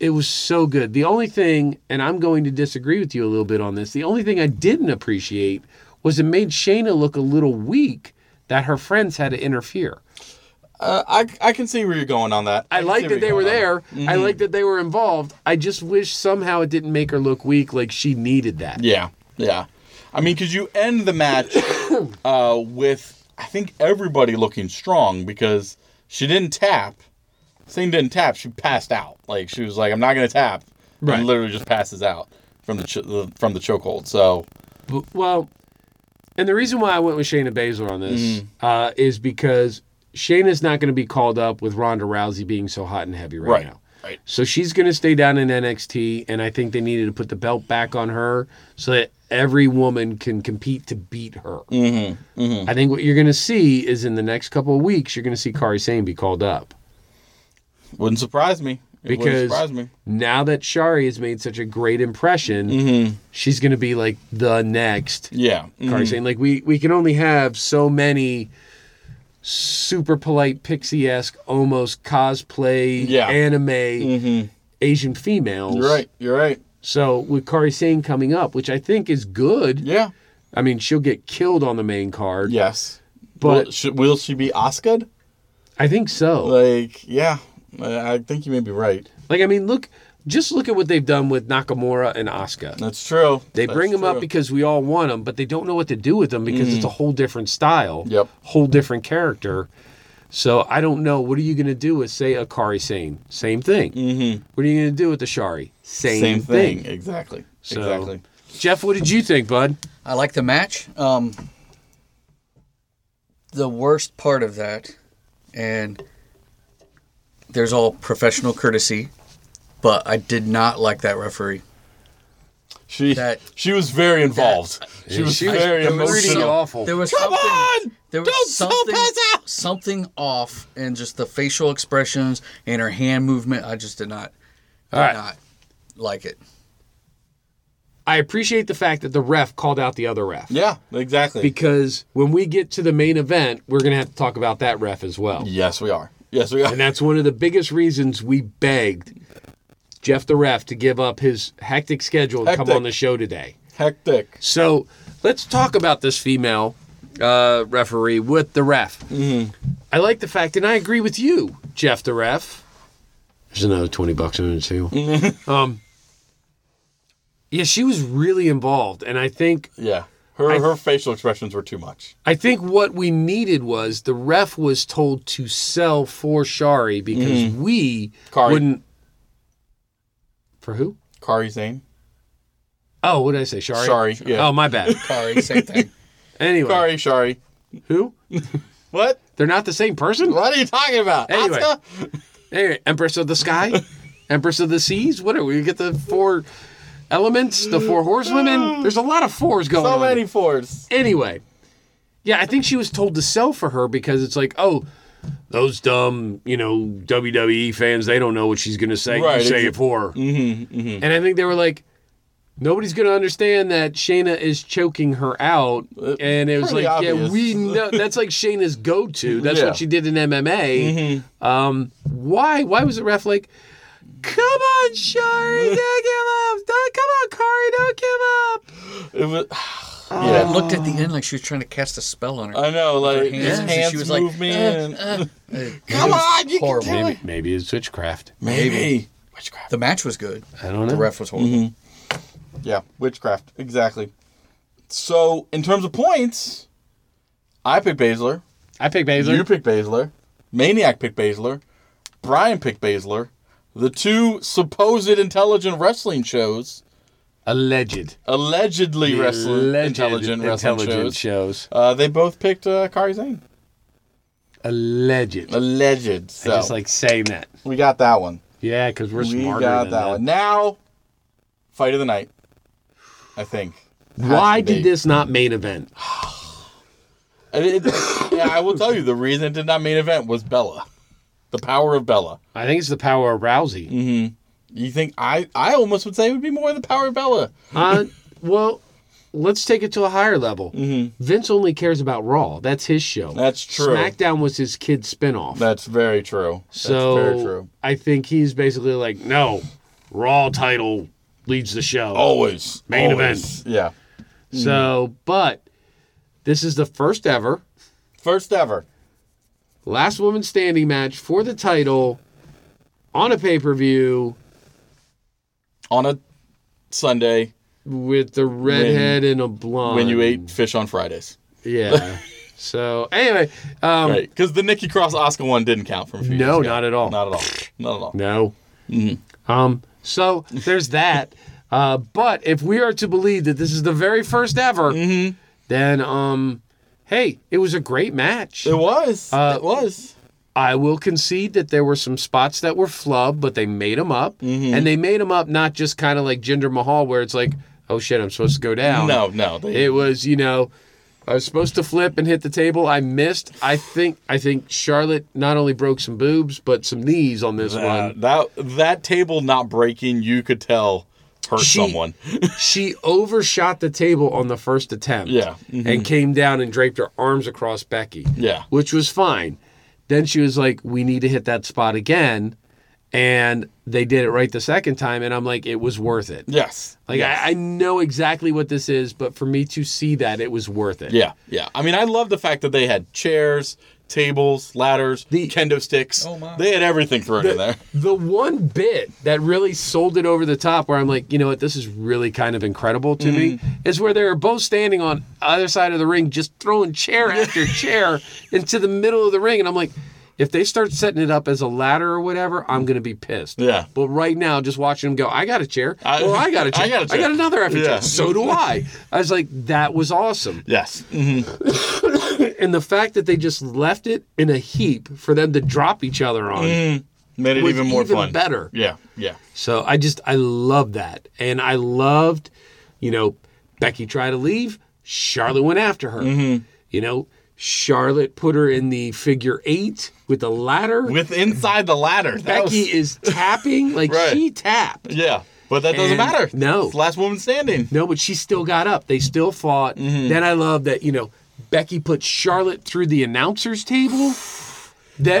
it was so good. The only thing, and I'm going to disagree with you a little bit on this, the only thing I didn't appreciate was it made Shayna look a little weak that her friends had to interfere.
Uh, I I can see where you're going on that.
I
can see
like
where
that they
you're
were
going Mm-hmm. on that.
there. I like that they were involved. I just wish somehow it didn't make her look weak like she needed that.
Yeah, yeah. I mean, because you end the match uh, with I think everybody looking strong because she didn't tap. Singh didn't tap. She passed out. Like she was like, "I'm not gonna tap." and
Right.
literally just passes out from the ch- the- from the chokehold. So
But- well, and the reason why I went with Shayna Baszler on this
Mm-hmm.
uh, is because Shayna's not going to be called up with Ronda Rousey being so hot and heavy right,
right,
now.
right.
So she's going to stay down in NXT, and I think they needed to put the belt back on her so that every woman can compete to beat her.
Mm-hmm,
I think what you're going to see is in the next couple of weeks, you're going to see Kari Sane be called up.
Wouldn't surprise me. It
Because
wouldn't surprise me.
now that Shari has made such a great impression,
Mm-hmm.
she's going to be like the next
Yeah. mhm.
Kari Sane. Like we we can only have so many super polite pixie esque almost cosplay
Yeah. Mm-hmm.
anime. Asian females.
You're right. You're right.
So with Kari Sane coming up, which I think is good.
Yeah.
I mean, she'll get killed on the main card.
Yes.
But-
will, should, will she be Oscar?
I think so.
Like, yeah. I I think you may be right.
Like, I mean, look, just look at what they've done with Nakamura and Asuka.
That's true.
They
That's
bring them up
true. Mm-hmm.
because we all want them, but they don't know what to do with them because it's a whole different style,
Yep.
whole different character. So I don't know. What are you going to do with, say, Akari Sane? Same thing. Mm-hmm. What are you going to do with Ashari? Same,
same
thing.
thing. Exactly.
So-
Exactly.
Jeff, what did you think, bud?
I like the match. Um, the worst part of that, and there's all professional courtesy, but I did not like that referee.
She
That-
she was very involved. she was
she was
very
pretty
emotional.
off. awful.
There was
Come
something,
on!
There was
Don't tell
something,
us out!
something off in just the facial expressions and her hand movement. I just did not, did
All right.
not like it.
I appreciate the fact that the ref called out the other ref.
Yeah, exactly.
Because when we get to the main event, we're going to have to talk about that ref as well.
yes, we are. Yes, we are.
And that's one of the biggest reasons we begged Jeff the ref to give up his hectic schedule and come
Hectic.
on the show today.
Hectic.
So let's talk about this female uh, referee with the ref.
Mm-hmm.
I like the fact, and I agree with you, Jeff the ref. There's another 20 bucks in it, too. um,
Mm-hmm.
yeah, she was really involved. And I think
Yeah. Her
I-
her facial expressions were too much.
I think what we needed was the ref was told to sell for Shari because we
Mm-hmm. Kari.
wouldn't. For who?
Kari Zane.
Oh, what did I say? Shari.
Sorry. Yeah.
Oh, my bad.
Sorry, same thing.
Anyway,
Kari, Shari.
who?
What?
They're not the same person.
What are you talking about?
Anyway.
Asuka?
Anyway, Empress of the Sky, Empress of the Seas. What are we? we get the four elements, the four horsewomen. There's a lot of fours going
So
on.
many fours.
Anyway, yeah, I think she was told to sell for her because it's like, oh, those dumb, you know, WWE fans, they don't know what she's going to say.
Right,
you say
exa-
it for her. Mm-hmm, And I think they were like, nobody's going to understand that Shayna is choking her out. And it was
pretty
like, yeah,
obvious.
we know. That's like Shayna's go to. That's
Yeah.
what she did in MMA. Um, why? Why was the ref like, come on, Shari, don't give up. Don't, come on, Kari, don't give up.
It was,
I
yeah.
looked at the end like she was trying to cast a spell
Uh,
on her.
I know, like
hands,
his
and
hands
she was like, "Uh,
move me. and-
Come
on, you can
horrible.
do it.
Maybe, maybe it's witchcraft.
Maybe. Witchcraft.
The match was good.
I don't know.
The ref was horrible.
Yeah, witchcraft. Exactly. So, in terms of points, I picked Baszler.
I pick Baszler.
You picked Baszler. Maniac picked Baszler. Brian picked Baszler. The two supposed intelligent wrestling shows,
Alleged.
allegedly wrestling intelligent wrestling shows,
shows.
uh, they both picked uh, Kari Zane.
Alleged.
Alleged.
I
So
just like saying that.
we got that one.
Yeah, because we're
We
smarter
got
than
that one. Now, fight of the night. I think. Has
Why
to be.
did this not main event?
And it- yeah, I will tell you the reason it did not main event was Bella, the power of Bella.
I think it's the power of Rousey.
Mm-hmm. You think I? I almost would say it would be more the power of Bella.
Uh, well, let's take it to a higher level. Vince only cares about Raw. That's his show.
Mm-hmm. That's true.
SmackDown was his kid's spinoff.
That's very true.
so
That's very true.
I think he's basically like, no, Raw title leads the show.
Oh. Always
Main
always. Yeah,
So, but this is the first ever
first ever.
last woman standing match for the title on a pay per view
on a Sunday
with the redhead and a blonde.
when you ate fish on Fridays.
yeah. so anyway, um,
Right. Because the Nikki Cross Oscar one didn't count from a few
No,
years ago.
not at all.
Not at all. Not at all.
no. Um, so there's that. uh, but if we are to believe that this is the very first ever,
Mm-hmm.
then um, hey, it was a great match.
It was.
Uh,
it was.
I will concede that there were some spots that were flubbed, but they made them up,
Mm-hmm.
and they made them up not just kind of like Jinder Mahal, where it's like, oh shit, I'm supposed to go down.
No, no. They,
it was you know, I was supposed to flip and hit the table. I missed. I think I think Charlotte not only broke some boobs but some knees on this
uh,
one.
that that table not breaking, you could tell hurt
She-
someone.
She overshot the table on the first attempt.
Yeah. Mhm.
and came down and draped her arms across Becky.
Yeah.
which was fine. Then she was like, "We need to hit that spot again," and they did it right the second time, and I'm like, it was worth it.
Yes.
Like
yes.
I, I know exactly what this is, but for me to see that, it was worth it.
Yeah, yeah. I mean, I love the fact that they had chairs, tables, ladders,
The-
kendo sticks.
Oh, my.
They had everything thrown in there.
The one bit that really sold it over the top, where I'm like, you know what, this is really kind of incredible to
Mm-hmm.
me, is where they were both standing on either side of the ring, just throwing chair after chair into the middle of the ring, and I'm like. If they start setting it up as a ladder or whatever, I'm gonna be pissed.
Yeah.
But right now, just watching them go, I got a chair.
I-
or I got a chair.
I got a chair."
another after
Yeah.
chair. So do I. I was like, that was awesome.
Yes. Mm.
And the fact that they just left it in a heap for them to drop each other on
Made it
was
Mm, even more fun.
better.
Yeah, yeah.
So I just I love that, and I loved, you know, Becky tried to leave, Charlotte went after her.
Mm-hmm.
You know, Charlotte put her in the figure eight with the ladder.
With inside the ladder. that
Becky
was-
is tapping like
Right.
she tapped.
yeah, but that doesn't
And
matter.
no.
It's the last woman standing.
No, but she still got up. They still fought.
Mm-hmm.
Then I love that you know Becky put Charlotte through the announcers table. Then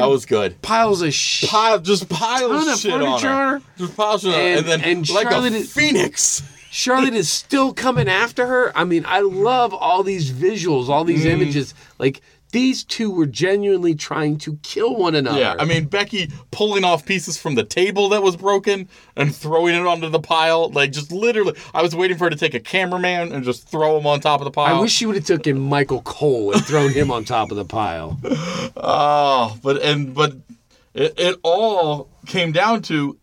That was good.
piles of shit.
Pile, just piles
Ton of
shit on her.
furniture.
Just piles of shit on her.
And-
And then
and
like
Charlotte
a
is-
phoenix.
Charlotte is still coming after her. I mean, I love all these visuals, all these
Mm-hmm.
images. Like these two were genuinely trying to kill one another.
Yeah, I mean Becky pulling off pieces from the table that was broken and throwing it onto the pile, like just literally. I was waiting for her to take a cameraman and just throw him on top of the pile.
I wish she would have taken Michael Cole and thrown him on top of the pile.
Oh, but and but it, it all came down to,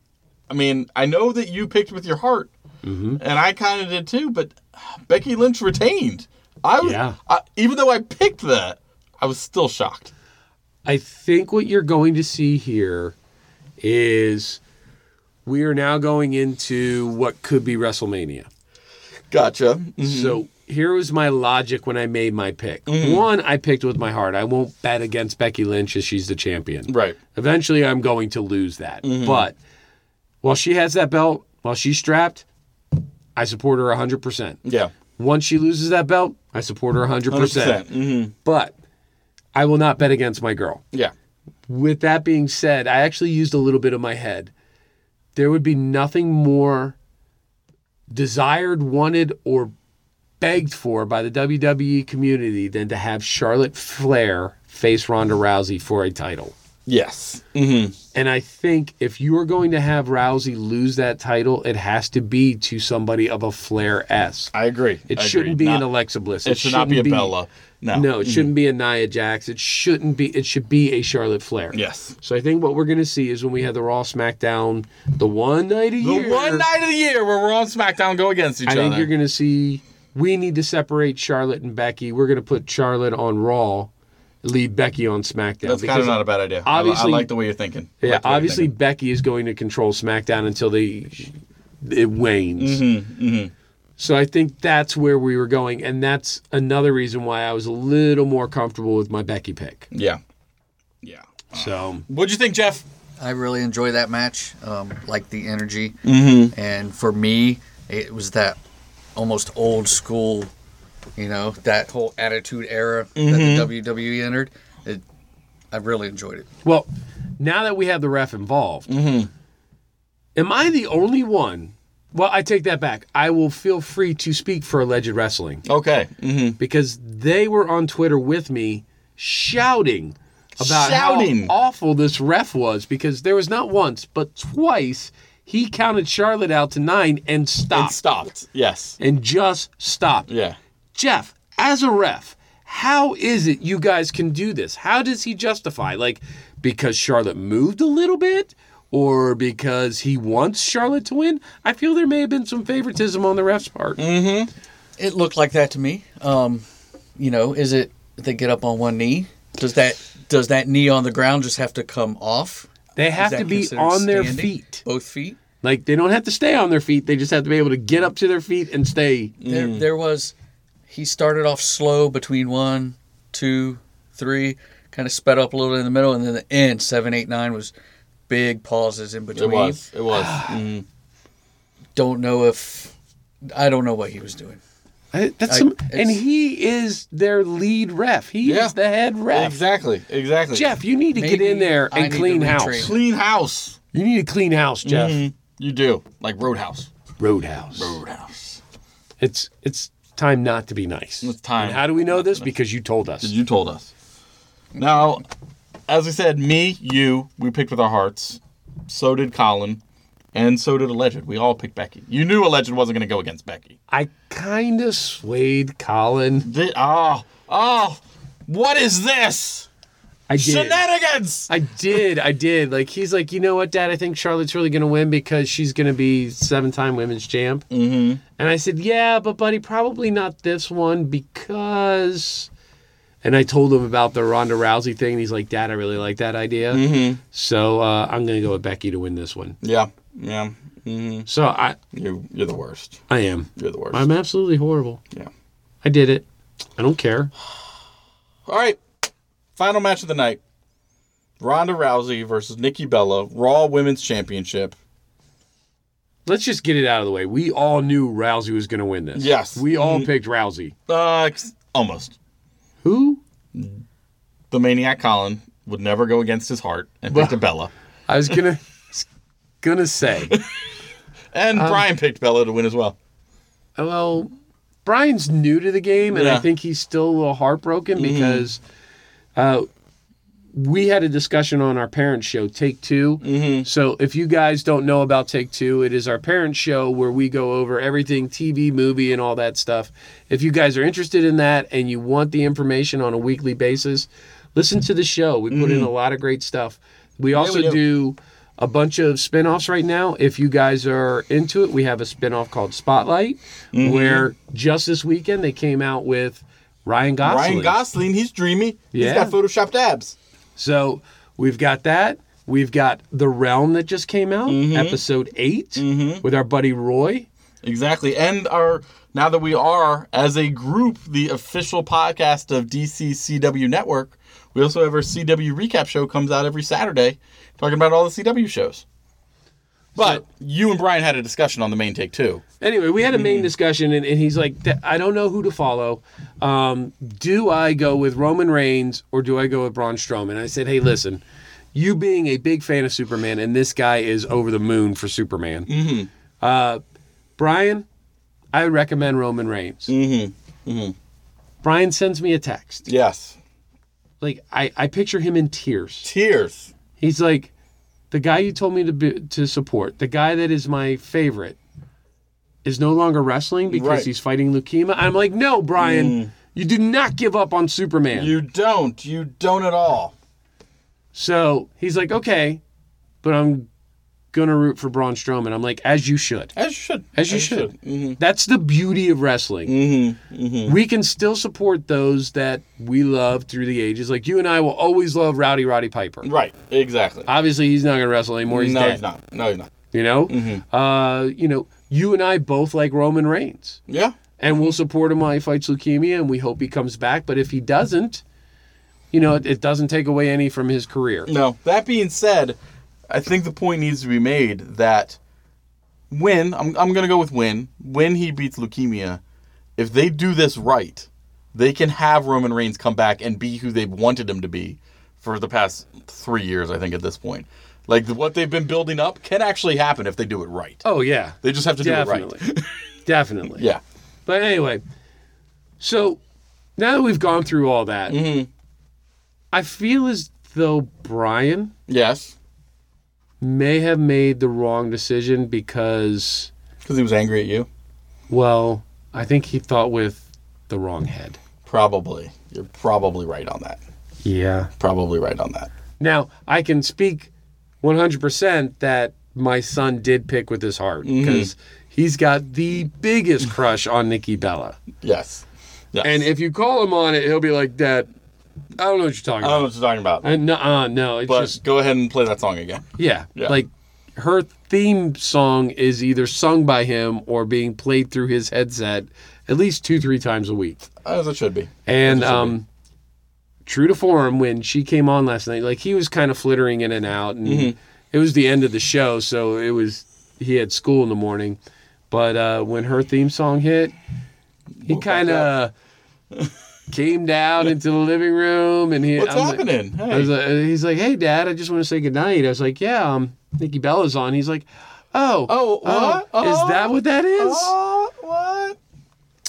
I mean, I know that you picked with your heart,
Mm-hmm.
and I kind of did too. But Becky Lynch retained. I was,
Yeah.
I, even though I picked that, I was still shocked.
I think what you're going to see here is we are now going into what could be WrestleMania.
Gotcha.
So here was my logic when I made my pick. One, I picked with my heart. I won't bet against Becky Lynch as she's the champion.
Right.
Eventually, I'm going to lose that. But while she has that belt, while she's strapped, I support her 100%.
Yeah.
Once she loses that belt, I support her 100%. percent
100%. Mhm.
But I will not bet against my girl.
Yeah.
With that being said, I actually used a little bit of my head. There would be nothing more desired, wanted, or begged for by the WWE community than to have Charlotte Flair face Ronda Rousey for a title.
Yes. Mm-hmm.
And I think if you are going to have Rousey lose that title, it has to be to somebody of a Flair S.
I agree.
It
I
shouldn't
agree.
be
Not-
an Alexa Bliss.
It, should not be a
shouldn't
Bella. No. Mm-hmm.
No, it shouldn't be a Nia Jax. It shouldn't be. It should be a Charlotte Flair.
Yes.
So I think what we're going to see is when we have the Raw SmackDown, the one night a
The
year.
one night of the year where we're on SmackDown go against each
I
other.
think you're going to see. We need to separate Charlotte and Becky. We're going to put Charlotte on Raw, leave Becky on SmackDown.
That's kind of
because
not a bad idea. I li-
obviously-
I, like the way you're thinking. I
Yeah,
like the way you're
obviously
thinking.
Becky is going to control SmackDown until they it wanes.
Mm-hmm,
So I think that's where we were going, and that's another reason why I was a little more comfortable with my Becky pick.
Yeah. Yeah.
So
What'd you think, Jeff?
I really enjoy that match, um, like the energy. And for me, it was that almost old school, you know, that whole attitude era that the WWE entered. It, I really enjoyed it.
Well, now that we have the ref involved, am I the only one? Well, I take that back. I will feel free to speak for Alleged Wrestling
Okay.
because they were on Twitter with me shouting about
Shouting.
how awful this ref was because there was not once, but twice he counted Charlotte out to nine and
And
stopped.
stopped. Yes.
and just stopped.
Yeah.
Jeff, as a ref, how is it you guys can do this? How does he justify? Like, because Charlotte moved a little bit? Or because he wants Charlotte to win? I feel there may have been some favoritism on the ref's part.
Mm. It looked like that to me. Um, you know, is it they get up on one knee? Does that does that knee on the ground just have to come off?
They
Is
have
that
to be
considered
on their
standing?
feet.
Both feet.
Like, they don't have to stay on their feet. They just have to be able to get up to their feet and stay.
There, there was. He started off slow between one, two, three, kind of sped up a little in the middle, and then the end seven, eight, nine was big pauses in
It
between.
was. It was. Mhm.
Don't know if I don't know what he was doing.
I- That's
I-
some,
it's-
and he is their lead ref. He
Yeah.
is the head ref.
Exactly. Exactly.
Jeff, you need to get
Maybe
in there
I
and
need to
clean house.
retrain. Mm-hmm.
Clean house. Mm-hmm.
You need to clean house, Jeff.
You do. Like Roadhouse.
Roadhouse.
Roadhouse.
It's it's time not to be nice.
It's time.
And how do we know this? Because you told us.
You told us. Now, as I said, me, you, we picked with our hearts. So did Colin. And so did Alleged. We all picked Becky. You knew Alleged wasn't going to go against Becky.
I kind of swayed Colin.
Thi- oh, oh, what is this?
I did.
Shenanigans!
I did. I did. Like he's like, you know what, Dad? I think Charlotte's really gonna win because she's gonna be seven-time women's champ. Mm-hmm. And I said, yeah, but buddy, probably not this one because. And I told him about the Ronda Rousey thing. And he's like, Dad, I really like that idea. Mm-hmm. So uh, I'm gonna go with Becky to win this one.
Yeah, yeah. mm-hmm.
So I,
You, you're the worst.
I am.
You're the worst.
I'm absolutely horrible.
yeah.
I did it. I don't care.
All right. Final match of the night Ronda Rousey versus Nikki Bella, Raw Women's Championship.
Let's just get it out of the way. We all knew Rousey was going to win this.
Yes.
We all picked Rousey.
Uh, ex- almost.
Who?
The maniac Colin would never go against his heart and picked a Bella.
I was gonna gonna say.
And
um,
Brian picked Bella to win as well.
Well, Brian's new to the game, and I
Yeah. Mm-hmm.
think he's still a little heartbroken because uh, we had a discussion on our parents' show, Take 2
Mm-hmm.
So if you guys don't know about Take Two, it is our parents' show where we go over everything TV, movie, and all that stuff. If you guys are interested in that and you want the information on a weekly basis, listen to the show. We put in a lot of great stuff. We also
Mm-hmm. do.
do a bunch of spin-offs right now. If you guys are into it, we have a spin-off called Spotlight
Mm-hmm.
where just this weekend they came out with Ryan Gosling.
Ryan Gosling, he's dreamy.
Yeah.
He's got photoshopped abs.
So we've got that. We've got The Realm that just came out, episode 8 with our buddy Roy.
Exactly. And our now that we are as a group the official podcast of DCCW Network, we also have our CW recap show comes out every Saturday talking about all the CW shows. But you and Brian had a discussion on the main take too.
Anyway, we had a main discussion, and, and he's like, "Th- I don't know who to follow. Um, do I go with Roman Reigns or do I go with Braun Strowman? I said, Hey, listen, you being a big fan of Superman, and this guy is over the moon for Superman. Uh, Brian, I recommend Roman Reigns. Mm-hmm. Brian sends me a text.
Yes.
Like, I, I picture him in tears.
Tears.
He's like, the guy you told me to be, to support, the guy that is my favorite, is no longer wrestling because
Right. Mm.
he's fighting leukemia. I'm like, no, Brian, you do not give up on Superman.
You don't. You don't at all.
so he's like, okay, but I'm gonna root for Braun Strowman. I'm like, as you should.
As you should. Mm-hmm.
As you should. That's the beauty of wrestling.
Mm.
We can still support those that we love through the ages. Like you and I will always love Rowdy Roddy Piper.
Right. Exactly.
Obviously, he's not going to wrestle anymore. He's
Mm. no,
dead.
he's not. No, he's not.
You know,
Mm-hmm.
uh, you know, you and I both like Roman Reigns,
Yeah.
and we'll support him while he fights leukemia, and we hope he comes back. But if he doesn't, you know, it, it doesn't take away any from his career.
No. That being said, I think the point needs to be made that when I'm I'm gonna go with when when he beats leukemia, if they do this right, they can have Roman Reigns come back and be who they've wanted him to be for the past three years. I think at this point, like what they've been building up can actually happen if they do it right.
Oh yeah,
They just have to do
definitely,
it right.
definitely.
Yeah.
But anyway, so now that we've gone through all that,
Mm-hmm.
I feel as though Brian
Yes.
may have made the wrong decision because,
Because he was angry at you.
well, I think he thought with the wrong head.
Probably. You're probably right on that.
Yeah.
Probably right on that.
Now, I can speak 100% that my son did pick with his heart
Mm-hmm.
because he's got the biggest crush on Nikki Bella.
Yes. yes.
And if you call him on it, he'll be like, Dad, I don't know what you're talking
I don't know
about.
what you're talking about.
And, uh, no, it's
Oh. But
just,
go ahead and play that song again.
yeah,
Yeah.
Like, her theme song is either sung by him or being played through his headset at least two, three times a week.
As it should be.
And
Interesting.
um, true to form, when she came on last night, like he was kind of flittering in and out, and
Mm-hmm.
it was the end of the show, so it was he had school in the morning. But uh, when her theme song hit, He kind of came down into the living room and he.
What's
I'm like-
happening? Hey.
I was like, uh, he's like, hey, Dad, I just want to say goodnight. I was like, yeah, um, Nikki Bella's on. He's like, oh,
Oh, what?
is that what that is?
Oh, what?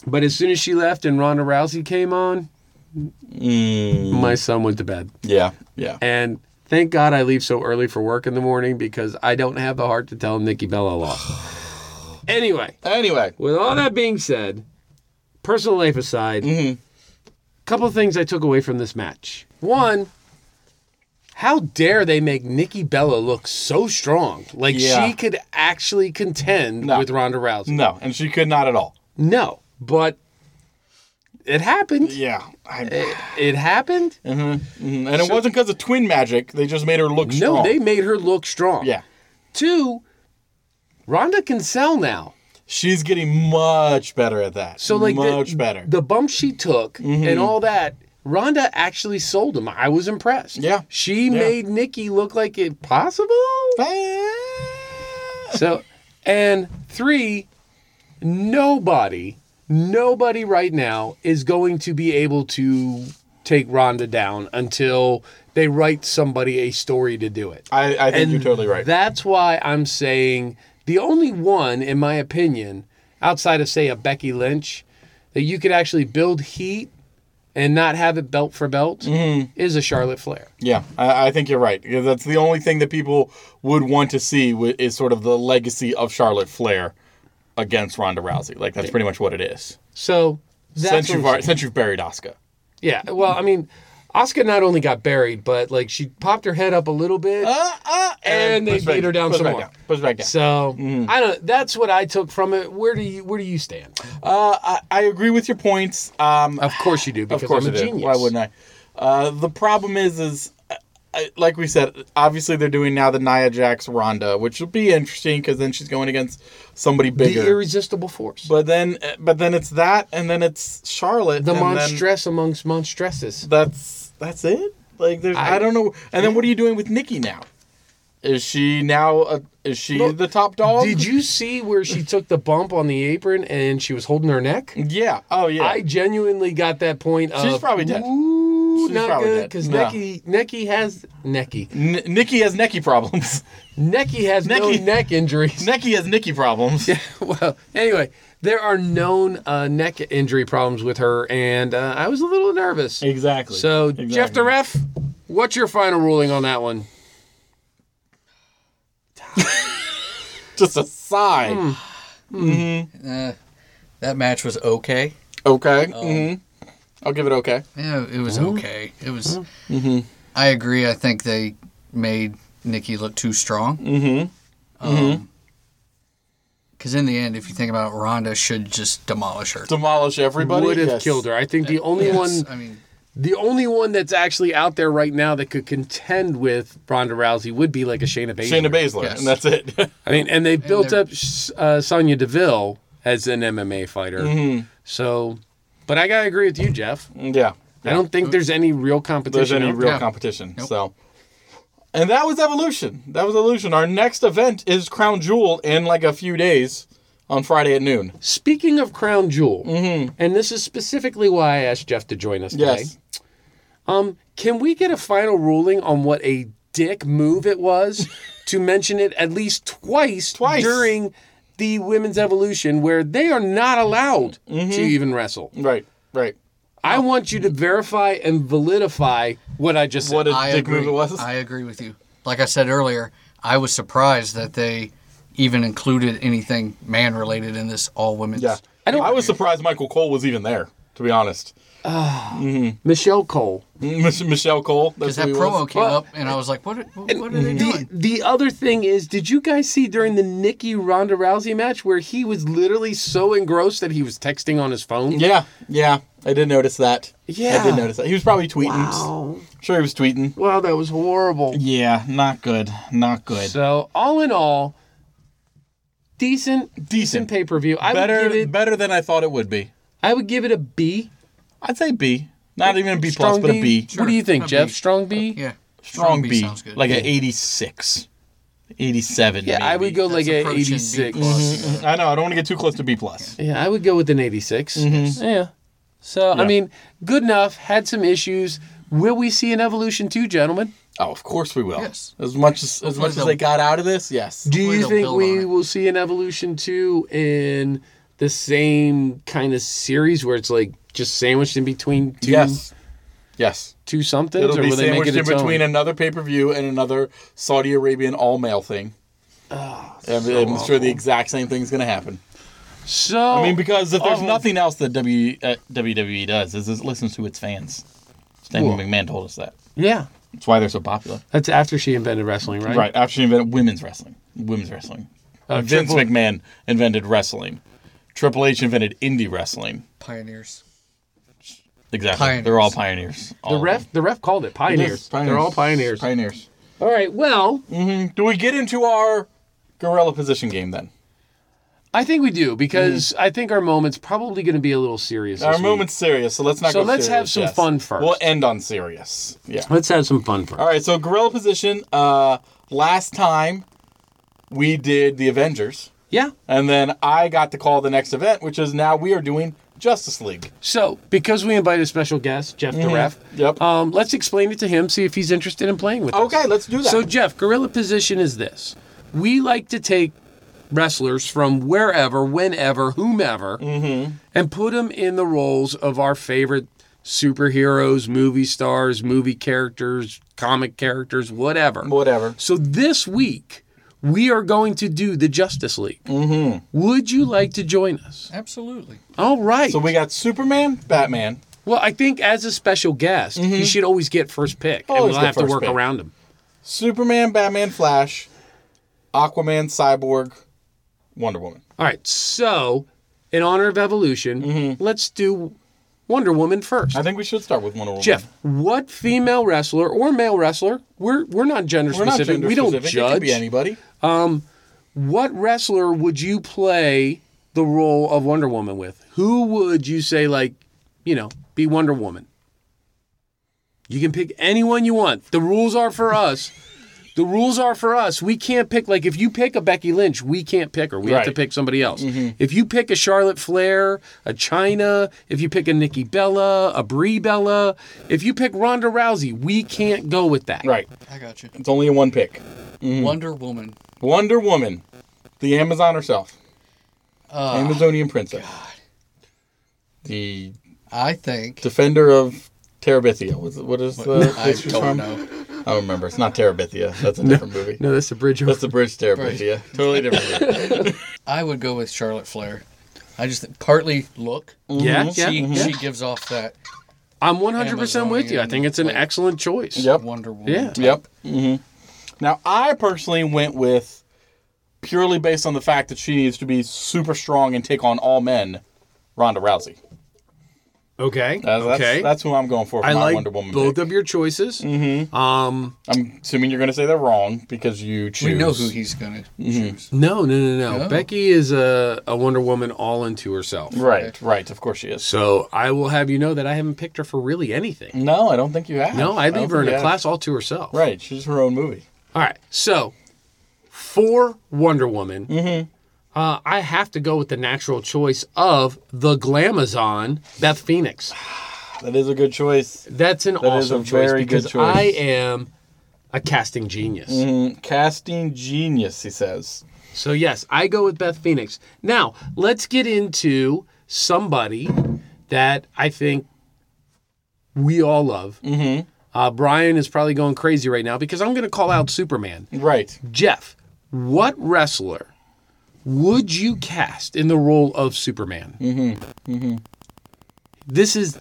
But as soon as she left and Ronda Rousey came on,
Mm,
my son went to bed.
yeah, yeah.
And thank God I leave so early for work in the morning because I don't have the heart to tell Nikki Bella a lot. anyway,
Anyway,
with all that being said, personal life aside,
Mm-hmm.
couple things I took away from this match. One, how dare they make Nikki Bella look so strong? Like
Yeah.
she could actually contend
No.
with Ronda Rousey.
no, and she could not at all.
No, but it happened.
Yeah, I, Mm-hmm,
It happened.
and it wasn't because of twin magic. They just made her look strong.
No, they made her look strong.
Yeah,
Two, Rhonda can sell now.
she's getting much better at that.
So like
much
the,
better.
The bump she took
Mm-hmm.
and all that, Rhonda actually sold him. I was impressed.
Yeah.
She made Nikki look like it possible. so and three, nobody, nobody right now is going to be able to take Rhonda down until they write somebody a story to do it.
I, I think you're totally right.
That's why I'm saying the only one, in my opinion, outside of say a Becky Lynch, that you could actually build heat and not have it belt for belt
Mm-hmm.
is a Charlotte Flair.
yeah, I, I think you're right. Yeah, That's the only thing that people would want to see wi- is sort of the legacy of Charlotte Flair against Ronda Rousey. Like that's pretty much what it is.
So that's
Since
what
you've,
I'm
already-
saying.
since you've buried Asuka.
yeah. Well, I mean, Oscar not only got buried, but like she popped her head up a little
Oh.
bit. Uh, And they
Push back-
beat her down
push
some
back
more.
Down, push back down.
So
Mm-hmm.
I don't. That's what I took from it. Where do you Where do you stand?
Uh, I, I agree with your points. Um,
Of course you do, because
of course
I'm a
I do.
genius.
Why wouldn't I? Uh, the problem is, is uh, I, like we said, obviously they're doing now the Nia Jax Ronda, which will be interesting because then she's going against somebody bigger.
The irresistible force.
but then, but then it's that, and then it's Charlotte.
the
and then
monstress amongst monstresses.
That's that's it. Like there's, I,
I-
don't know. And then what are you doing with Nikki now? Is she now? A, is she
Look,
the top dog?
Did you see where she took the bump on the apron and she was holding her neck?
Yeah. Oh yeah.
I genuinely got that point. Of,
She's probably dead.
Ooh,
She's
not
probably
good
dead.
because
No.
Necky Necky has Necky
N- Nikki has Nikki problems.
Necky has
Necky-
no neck injuries.
Nikki has Nikki problems.
well, anyway, there are known uh, neck injury problems with her, and uh, I was a little nervous.
Exactly.
So Jeff the
Exactly.
ref, what's your final ruling on that one?
just a sigh.
Hmm.
That match was okay.
Okay.
Oh.
mhm. I'll give it okay.
Yeah, it was okay. It was. I agree. I think they made Nikki look too strong. Mm-hmm. Because in the end, if you think about it, Ronda should just demolish her.
Demolish everybody.
Would have
Yes.
killed her. I think the only
Yes,
one
I mean,
The only one that's actually out there right now that could contend with Ronda Rousey would be like a Shayna Baszler.
Shayna Baszler,
Yes.
and that's it.
I mean, and they built
they're-
up uh, Sonya Deville as an MMA fighter.
Mm-hmm.
So, but I gotta agree with you, Jeff.
yeah.
I don't think there's any real competition.
There's any
out
real
Yeah.
competition.
Nope.
So. And that was Evolution. That was Evolution. Our next event is Crown Jewel in like a few days on Friday at noon.
there. Speaking of Crown Jewel, and this is specifically why I asked Jeff to join us today.
Mm-hmm. Yes.
Um, Can we get a final ruling on what a dick move it was to mention it at least twice,
Twice.
during the women's evolution where they are not allowed to even wrestle?
Right. Right.
I want you to verify and validify what I just said.
What a
I
dick
agree.
move it was.
I agree with you. Like I said earlier, I was surprised that they even included anything man related in this all women's.
yeah. I,
I don't-
was surprised Michael Cole was even there. To be honest,
Michelle Cole.
Mich- Michelle Cole. That's
Because
who
that
he
promo
was. Mm-hmm.
came
Well,
up, and I was like, "What? Are, what are they
The,
doing?"
the other thing is, did you guys see during the Nikki Ronda Rousey match where he was literally so engrossed that he was texting on his phone?
Yeah. Yeah. I did notice that. I
Yeah.
did notice that. He was probably tweeting.
Wow.
Sure, he was tweeting.
Wow, that was horrible.
Yeah, not good. Not good.
So, all in all, decent, decent,
Decent.
pay per view. I would
better
give it.
better than I thought it would be.
I would give it a B.
I'd say B. Not even a B
Strong
plus, but a B.
What do you think,
A
Jeff?
B.
Strong B.
Yeah,
Strong B.
sounds good.
Like an 86. 87.
Yeah, I would
maybe.
go like
That's
a
approaching B
86.
plus.
I know. I don't want to get too close to B plus.
Mm-hmm. Yeah, I would go with an 86. Mm-hmm. Yeah. So, I
Yeah.
mean, good enough, had some issues. Will we see an evolution too, gentlemen?
Oh, of course we will.
Yes.
As much as as
Hopefully
much as
they'll-
they got out of this, yes.
Do
Hopefully
you
they'll
think
build on
we
it.
will see an evolution two in the same kind of series where it's like just sandwiched in between two
yes. Yes.
two somethings,
It'll
or
be
will they make
sandwiched
it
in
its own?
between another pay per view and another Saudi Arabian all male thing.
Ah,
I'm, I'm sure the exact same thing's going to happen.
so
I mean, because if there's
Oh.
nothing else that w, uh, WWE does, is it listens to its fans. Stan
Well.
McMahon told us that.
yeah,
That's why they're so popular.
that's after she invented wrestling, right?
Right. After she invented women's wrestling, women's wrestling.
Uh,
Vince
Triple-
McMahon invented wrestling. Triple H invented indie wrestling.
Pioneers.
Exactly.
Pioneers.
They're all pioneers. All
The
of
ref, the ref called it
them.
pioneers. Mm. They're all pioneers.
Pioneers.
All right. Well,
Do we get into our gorilla position game then?
I think we do because I think our moment's probably going to be a little serious.
Our
this week.
moment's serious, so let's not.
So
go
let's have
serious,
some
yes.
fun first.
We'll end on serious. Yeah.
Let's have some fun first.
All right. So gorilla position. Uh, last time we did the Avengers,
Yeah.
and then I got to call the next event, which is now we are doing Justice League.
So because we invite a special guest, Jeff the ref.
Mm-hmm. Yep.
Um, let's explain it to him, see if he's interested in playing with us.
okay. Let's do that.
So, Jeff, gorilla position is this. We like to take wrestlers from wherever, whenever, whomever,
Mm-hmm.
and put them in the roles of our favorite superheroes, movie stars, movie characters, comic characters, whatever.
whatever.
So, this week, we are going to do the Justice League. Mm-hmm. Would you like to join us?
Absolutely.
All right.
So we got Superman, Batman.
well, I think as a special guest, you should always get first pick, and
Mm-hmm. Always
we'll
get
have to
first
work
pick.
around him.
Superman, Batman, Flash, Aquaman, Cyborg, Wonder Woman.
All right, so in honor of evolution, let's do Wonder Woman first.
Mm-hmm. I think we should start with Wonder Woman.
Jeff, what female wrestler or male wrestler? We're we're not gender
we're not
specific.
gender
we don't
specific. It could
judge.
be anybody.
Um, What wrestler would you play the role of Wonder Woman with? Who would you say like, you know, be Wonder Woman? You can pick anyone you want. The rules are for us. The rules are for us. We can't pick like if you pick a Becky Lynch, we can't pick her. We have to
Right. Mm-hmm.
pick somebody else. If you pick a Charlotte Flair, a China, if you pick a Nikki Bella, a Brie Bella, if you pick Ronda Rousey, we can't go with that.
Right.
I got you.
It's only one pick. Mm-hmm.
Wonder Woman.
Wonder Woman, the Amazon herself,
Ah,
Uh,
Amazonian princess, the
I think.
defender of Terabithia. Was it, what is the?
I
she's
don't
from?
know.
I don't remember. It's not Terabithia. That's a different movie.
No, that's the bridge. over-
That's the bridge Terabithia. Totally different. movie.
I would go with Charlotte Flair. I just think partly look.
Mm-hmm.
Yeah, yeah,
she,
yeah.
she gives off that
I'm 100 percent with you. I
Amazonian
think it's an
plate.
excellent choice.
Yep.
Wonder Woman.
Yeah.
type.
Yep. hmm Now, I personally went with purely based on the fact that she needs to be super strong and take on all men. Ronda Rousey.
Okay.
That's, that's-
okay.
That's, who I'm going for. for
I
my
like
Wonder Woman.
both
pick. Mm-hmm.
of your choices. Um,
I'm assuming you're going to say they're wrong because you choose.
We know who he's gonna
Mm-hmm.
choose.
no, no, no, no.
No.
Becky is a, a Wonder Woman all into herself.
Right. Right. Of course she is.
So I will have you know that I haven't picked her for really anything.
No, I don't think you have.
No, I leave
don't
her in
think
a
you have.
class all to herself.
Mm. Right, she's her own movie.
All right. So for Wonder Woman,
Mm-hmm.
uh, I have to go with the natural choice of the Glamazon, Beth Phoenix.
That is a good choice.
That's an
is a
awesome choice
very good
because
choice.
I am a casting genius.
Mm, casting genius, he says.
So yes, I go with Beth Phoenix. Now let's get into somebody that I think we all love. Mm-hmm. Uh, Brian is probably going crazy right now because I'm going to call out Superman.
Right.
Jeff, what wrestler would you cast in the role of Superman? Mm-hmm. Mm-hmm. This is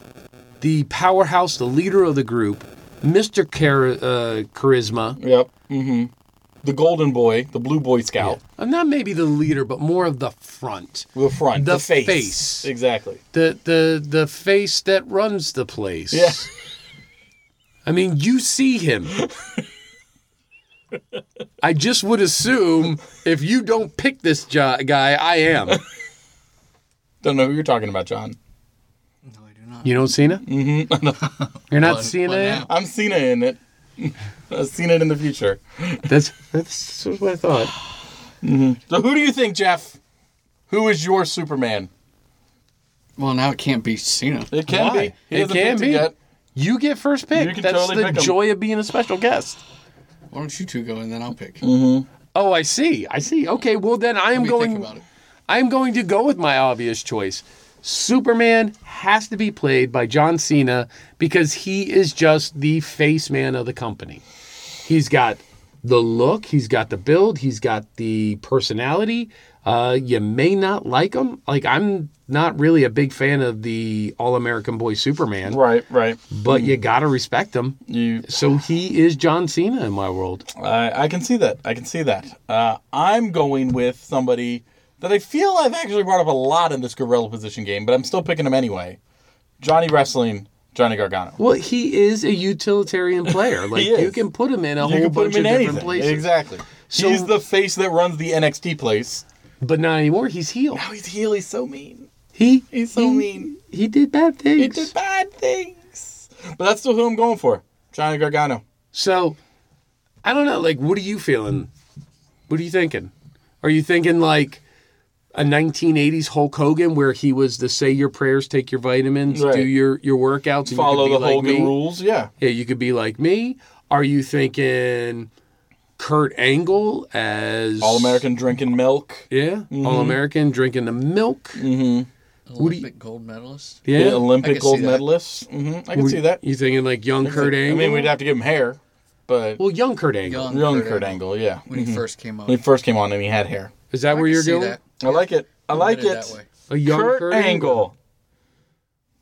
the powerhouse, the leader of the group, Mister Char- uh, Charisma.
Yep. Mm-hmm. The golden boy, the blue boy scout,
Uh, Not maybe the leader, but more of the front.
the front,
The
the, face.
face.
Exactly.
the the the face that runs the place.
Yeah.
I mean, you see him. I just would assume if you don't pick this jo- guy, I am.
Don't know who you're talking about, John.
No, I do not.
You don't Cena? Mm-hmm. You're not Cena.
but now.
I'm Cena in it. I've seen it in the future.
That's that's what I thought.
So who do you think, Jeff? Who is your Superman?
Well, now it can't be Cena.
It can
Why?
be. He
It
hasn't
can
picked
be.
yet.
You get first pick.
You can
that's
totally
the
pick 'em.
joy of being a special guest.
Why don't you two go and then I'll pick?
Oh, I see. I see. Okay, well then I am
Let me
going
think about it.
I'm going to go with my obvious choice. Superman has to be played by John Cena because he is just the face man of the company. He's got the look, he's got the build, he's got the personality. Uh, you may not like him. Like I'm not really a big fan of the All American Boy Superman,
Right, right.
but you gotta respect him.
You,
So he is John Cena in my world.
I, I can see that. I can see that. Uh, I'm going with somebody that I feel I've actually brought up a lot in this gorilla position game, but I'm still picking him anyway. Johnny Wrestling, Johnny Gargano.
Well, he is a utilitarian player. Like you
is.
can put him in a whole bunch of different places.
Exactly.
So-
He's the face that runs the NXT place.
But not anymore. He's healed.
Now he's heel. He's so mean.
He
He's so
he-
mean.
He did bad things.
He did bad things. But that's still who I'm going for. Johnny Gargano.
So I don't know. Like, what are you feeling? What are you thinking? Are you thinking like a 1980s Hulk Hogan, where he was the say your prayers, take your vitamins,
Right.
do your your workouts, and you could
Follow
be
the
like
Hogan
me?
rules. Yeah.
Yeah, you could be like me. Are you thinking Kurt Angle as
All American Mm-hmm. drinking milk.
Yeah, all American drinking the milk.
Mm-hmm.
do you-
Olympic gold medalist.
Yeah,
The Olympic
see
gold
that.
medalist. hmm I can see that.
You thinking like young Kurt
I
Angle?
mean, we'd have to give him hair, but
well, young Kurt Angle.
Young,
young
Kurt
Kurt
Angle,
Angle,
Mm-hmm.
yeah. Mm-hmm.
when he first came up.
When he first came on and he had hair.
Is that where you're going?
I like it. I like
Put it
it.
that way.
A young
Kurt, Angle.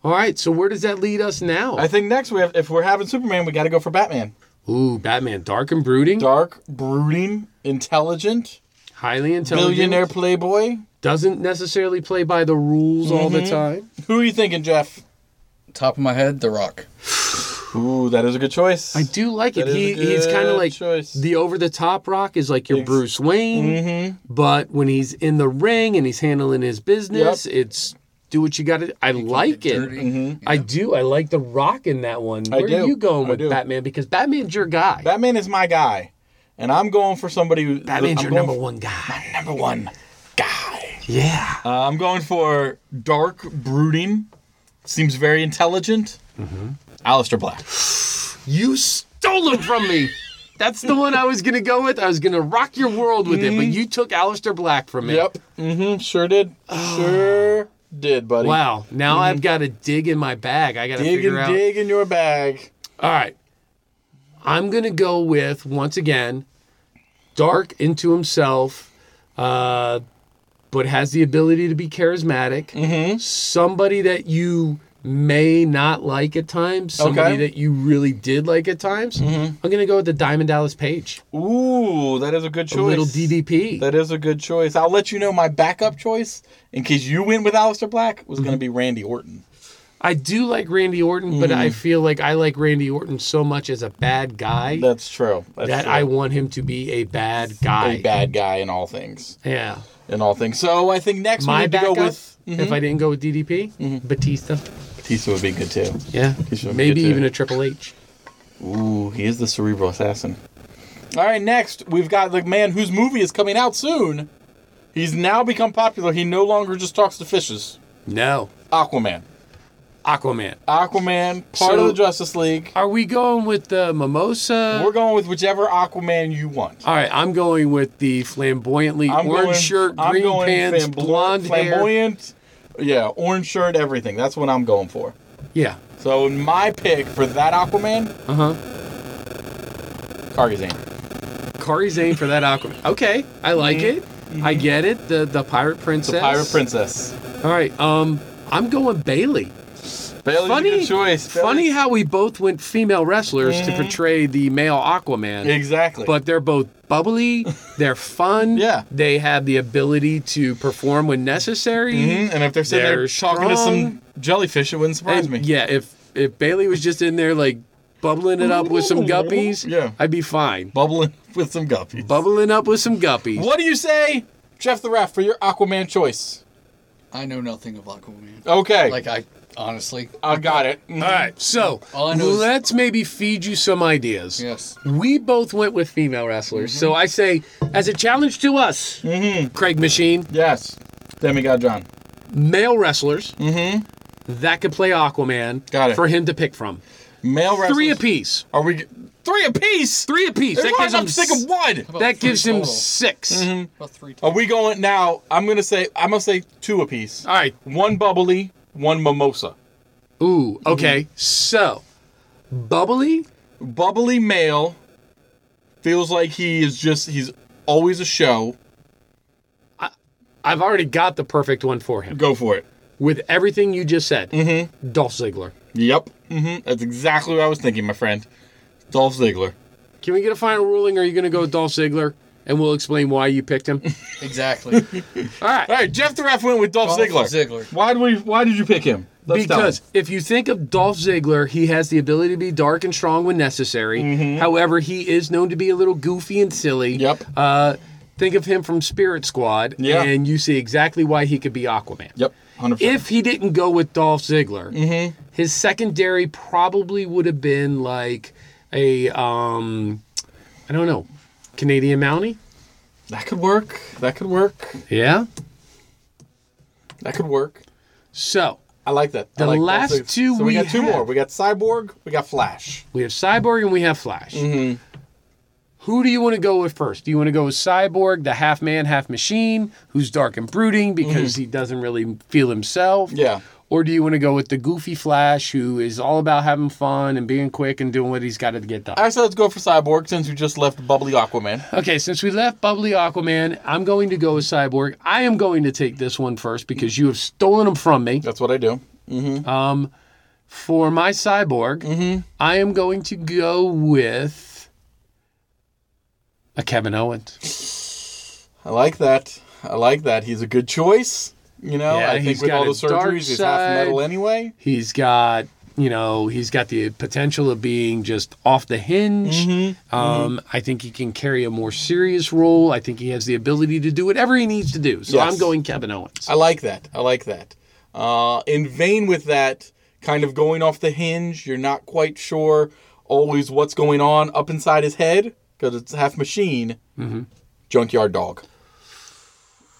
All right, so where does that lead us now?
I think next we have, if we're having Superman, we got to go for Batman.
Ooh, Batman, dark and brooding,
Dark, brooding, intelligent,
highly intelligent,
billionaire playboy.
doesn't necessarily play by the rules all the time.
Who are you thinking, Jeff?
Top of my head, The Rock.
Ooh, that is a good choice.
I do like it.
That is
He,
a
he's kind of
good
like
choice.
the over the top rock is like your Bruce Wayne,
Mm-hmm.
but when he's in the ring and he's handling his business, it's do what you got to. I like it.
Dirty.
I do. I like the rock in that one.
Mm-hmm. I
Where are
do.
you going
I
with
do.
Batman? Because Batman's your guy.
Batman is my guy, and I'm going for somebody who.
Batman's
I'm
your
going
number
for-
one guy.
Number one guy.
Yeah.
Uh, I'm going for dark, brooding. Seems very intelligent. Mm-hmm. Alistair Black.
You stole him from me. That's the one I was gonna go with. I was gonna rock your world with it, but you took Alistair Black from me.
Mm-hmm. Yep. Mm-hmm. Sure did. Sure did, buddy.
Wow. Now I've got to dig in my bag. I got to
Mm-hmm. Dig
figure
and
out.
dig in your bag.
All right. I'm gonna go with once again, dark into himself, uh, but has the ability to be charismatic.
Mm-hmm.
Somebody that you may not like at times. Somebody
Okay. Mm-hmm.
that you really did like at times. I'm gonna go with the Diamond Dallas Page.
Ooh, that is a good choice.
A little DDP.
That is a good choice. I'll let you know my backup choice in case you went with Alistair Black was
Mm-hmm.
going to be Randy Orton.
I do like Randy Orton, but I
Mm.
feel like I like Randy Orton so much as a bad guy
That's true. That's
that
true.
I want him to be a bad guy.
a bad guy in all things.
Yeah.
In all things. So I think next we
My
need to go
backup,
with Mm-hmm.
if I didn't go with DDP, Batista.
Batista would be good too.
Yeah.
Batista would be
Maybe
good, too.
even a Triple H.
Ooh, he is the cerebral assassin. All right, next we've got the man whose movie is coming out soon. He's now become popular. He no longer just talks to fishes.
No.
Aquaman.
Aquaman.
Aquaman, part
So-
of the Justice League.
Are we going with the Mimosa?
We're going with whichever Aquaman you want.
All right, I'm going with the flamboyantly
I'm
orange
going-
shirt,
I'm
green
going
pants,
flamboy-
blonde hair.
flamboyant. Yeah, orange shirt, everything. That's what I'm going for.
Yeah.
So my pick for that Aquaman,
Uh huh.
Cargazan.
Kari Zane for that Aquaman. Okay, I like it. I get it. The the pirate princess.
Mm-hmm. The Pirate Princess.
All right. Um, I'm going Bailey.
Bailey's
Funny
Oh, a good choice.
Funny
Bailey's-
how we both went female wrestlers to portray the male Aquaman.
Exactly.
But they're both bubbly. They're fun.
Yeah.
They have the ability to perform when necessary.
Mhm, And if they're sitting
They're
there talking to some
strong.
jellyfish, it wouldn't surprise
And,
me.
Yeah. If if Bailey was just in there like bubbling it up with some guppies,
Yeah.
I'd be fine.
Bubbling with some guppies.
Bubbling up with some guppies.
what do you say, Jeff the Ref, for your Aquaman choice?
I know nothing of Aquaman.
Okay.
Like I honestly.
I got it. Mm-hmm.
All right, so
All I know is-
let's maybe feed you some ideas.
Yes.
We both went with female wrestlers,
Mm-hmm.
so I say, as a challenge to us, Craig Machine,
Yes. Then we got John.
male wrestlers that could play Aquaman
Mm-hmm. Got it.
for him to pick from.
Male wrestlers.
Three apiece.
Are we three apiece?
Three apiece.
That's
That
why
gives him
I'm thinking
s-
one.
About
That
three
gives him
total.
6
Mm-hmm.
About three.
Are we going now? I'm gonna say I'm gonna say two apiece.
All right.
One bubbly, one mimosa.
Ooh.
Mm-hmm.
Okay. So, bubbly.
Bubbly male feels like he is just he's always a show.
I've already got the perfect one for him
Go for it.
with everything you just said. Mm-hmm. Dolph Ziggler.
Yep. hmm That's exactly what I was thinking, my friend. Dolph Ziggler.
Can we get a final ruling? Or are you going to go with Dolph Ziggler? And we'll explain why you picked him.
Exactly.
All right.
All right, Jeff the Ref went with Dolph,
Dolph
Ziggler.
Ziggler.
Why do we? Why did you pick him? Let's tell
Because
him.
if you think of Dolph Ziggler, he has the ability to be dark and strong when necessary. However, he is known to be a little goofy and silly.
Mm-hmm. Yep.
Uh, think of him from Spirit Squad,
Yeah.
and you see exactly why he could be Aquaman.
Yep. Mm. Hundred percent.
If he didn't go with Dolph Ziggler,
Mm-hmm.
his secondary probably would have been like a, um, I don't know, Canadian Mountie.
That could work. That could work.
Yeah.
That could work.
So
I like that. I
The
like Dolph
last
Ziggler.
two
So
we
we got two
had.
more. We got Cyborg. We got Flash.
We have Cyborg and we have Flash.
Mm-hmm.
Who do you want to go with first? Do you want to go with Cyborg, the half man, half machine, who's dark and brooding because he doesn't really feel himself?
Mm-hmm. Yeah.
Or do you want to go with the goofy Flash, who is all about having fun and being quick and doing what he's got to get done?
I said let's go for Cyborg since we just left Bubbly Aquaman.
Okay, since we left Bubbly Aquaman, I'm going to go with Cyborg. I am going to take this one first because you have stolen him from me. Um,
That's what I do.
For my Cyborg,
Mm-hmm.
I am going to go with a Kevin Owens.
I like that. I like that. He's a good choice. You know,
Yeah,
I think
he's
with
got
all the
a dark
surgeries, he's half
side.
metal anyway.
He's got, you know, he's got the potential of being just off the hinge.
Mm-hmm.
Um, I think he can carry a more serious role. I think he has the ability to do whatever he needs to do. So
Yes.
I'm going Kevin Owens.
I like that. I like that. Uh, in vain with that, kind of going off the hinge. You're not quite sure always what's going on up inside his head because it's half machine.
Mm-hmm.
Junkyard dog.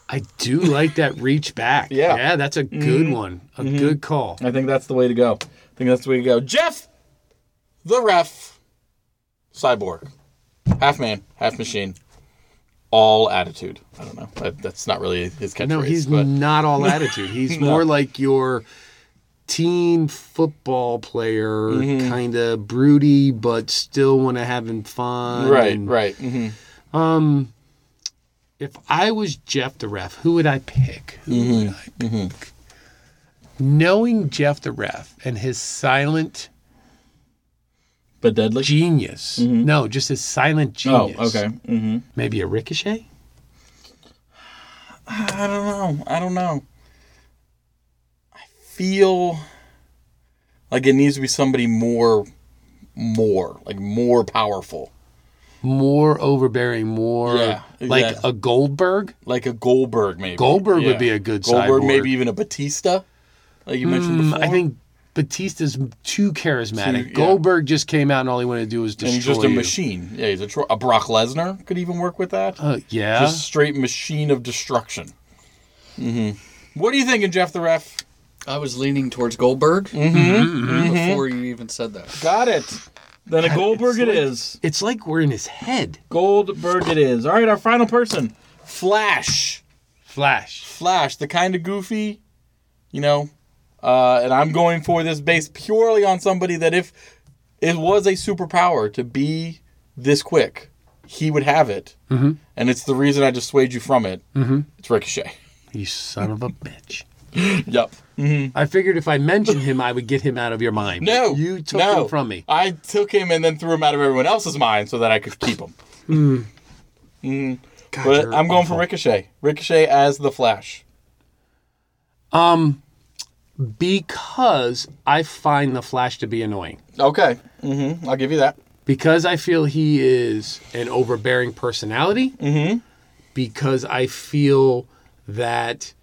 I do like that reach back.
Yeah. Mm-hmm.
Yeah, that's a good one. A good call.
I think that's the way to go. I think that's the way to go. Jeff, the ref, cyborg, half man, half machine, all attitude. I don't know. That, that's not really his catchphrase.
No, he's
but
not all attitude. He's more like your teen football player,
Mm-hmm.
kind of broody, but still want to having fun.
right,
and-
right. hmm
Um, if I was Jeff the ref, who would I pick? Who
Mm-hmm.
would I pick? Knowing Jeff the ref and his silent
But deadly.
genius. No, just his silent
Mm-hmm. Oh,
genius.
okay. hmm
Maybe a ricochet?
I don't know. I don't know. I feel like it needs to be somebody more, more like more powerful,
More overbearing, more
Yeah,
like
exactly.
a Goldberg.
like a Goldberg maybe.
Goldberg would be a good
Goldberg,
cyborg.
maybe even a Batista, like you mentioned
Mm,
before.
I think Batista's too charismatic.
Too- yeah.
Goldberg just came out and all he wanted to do was
and
destroy
he's just a
you.
machine. Yeah, he's a, tro- a Brock Lesnar could even work with that.
Uh, yeah.
Just straight machine of destruction. hmm What are you thinking, Jeff the Ref?
I was leaning towards Goldberg before you even said that.
Got it. Then a Goldberg it is.
it's like we're in his head.
Goldberg it is. All right, our final person, Flash.
Flash.
Flash, the kind of goofy, you know, uh, and I'm going for this based purely on somebody that if it was a superpower to be this quick, he would have it. Mm-hmm. And it's the reason I just swayed you from it. Mm-hmm. It's Ricochet.
You son of a bitch.
Yep.
I figured if I mentioned him, I would get him out of your mind.
No.
you took
no.
him from me.
I took him and then threw him out of everyone else's mind so that I could keep him.
God,
But
you're
I'm going for
awful.
Ricochet. Ricochet as the Flash.
Um, because I find the Flash to be annoying.
Okay. Mm-hmm. I'll give you that.
Because I feel he is an overbearing personality. Mm-hmm. Because I feel that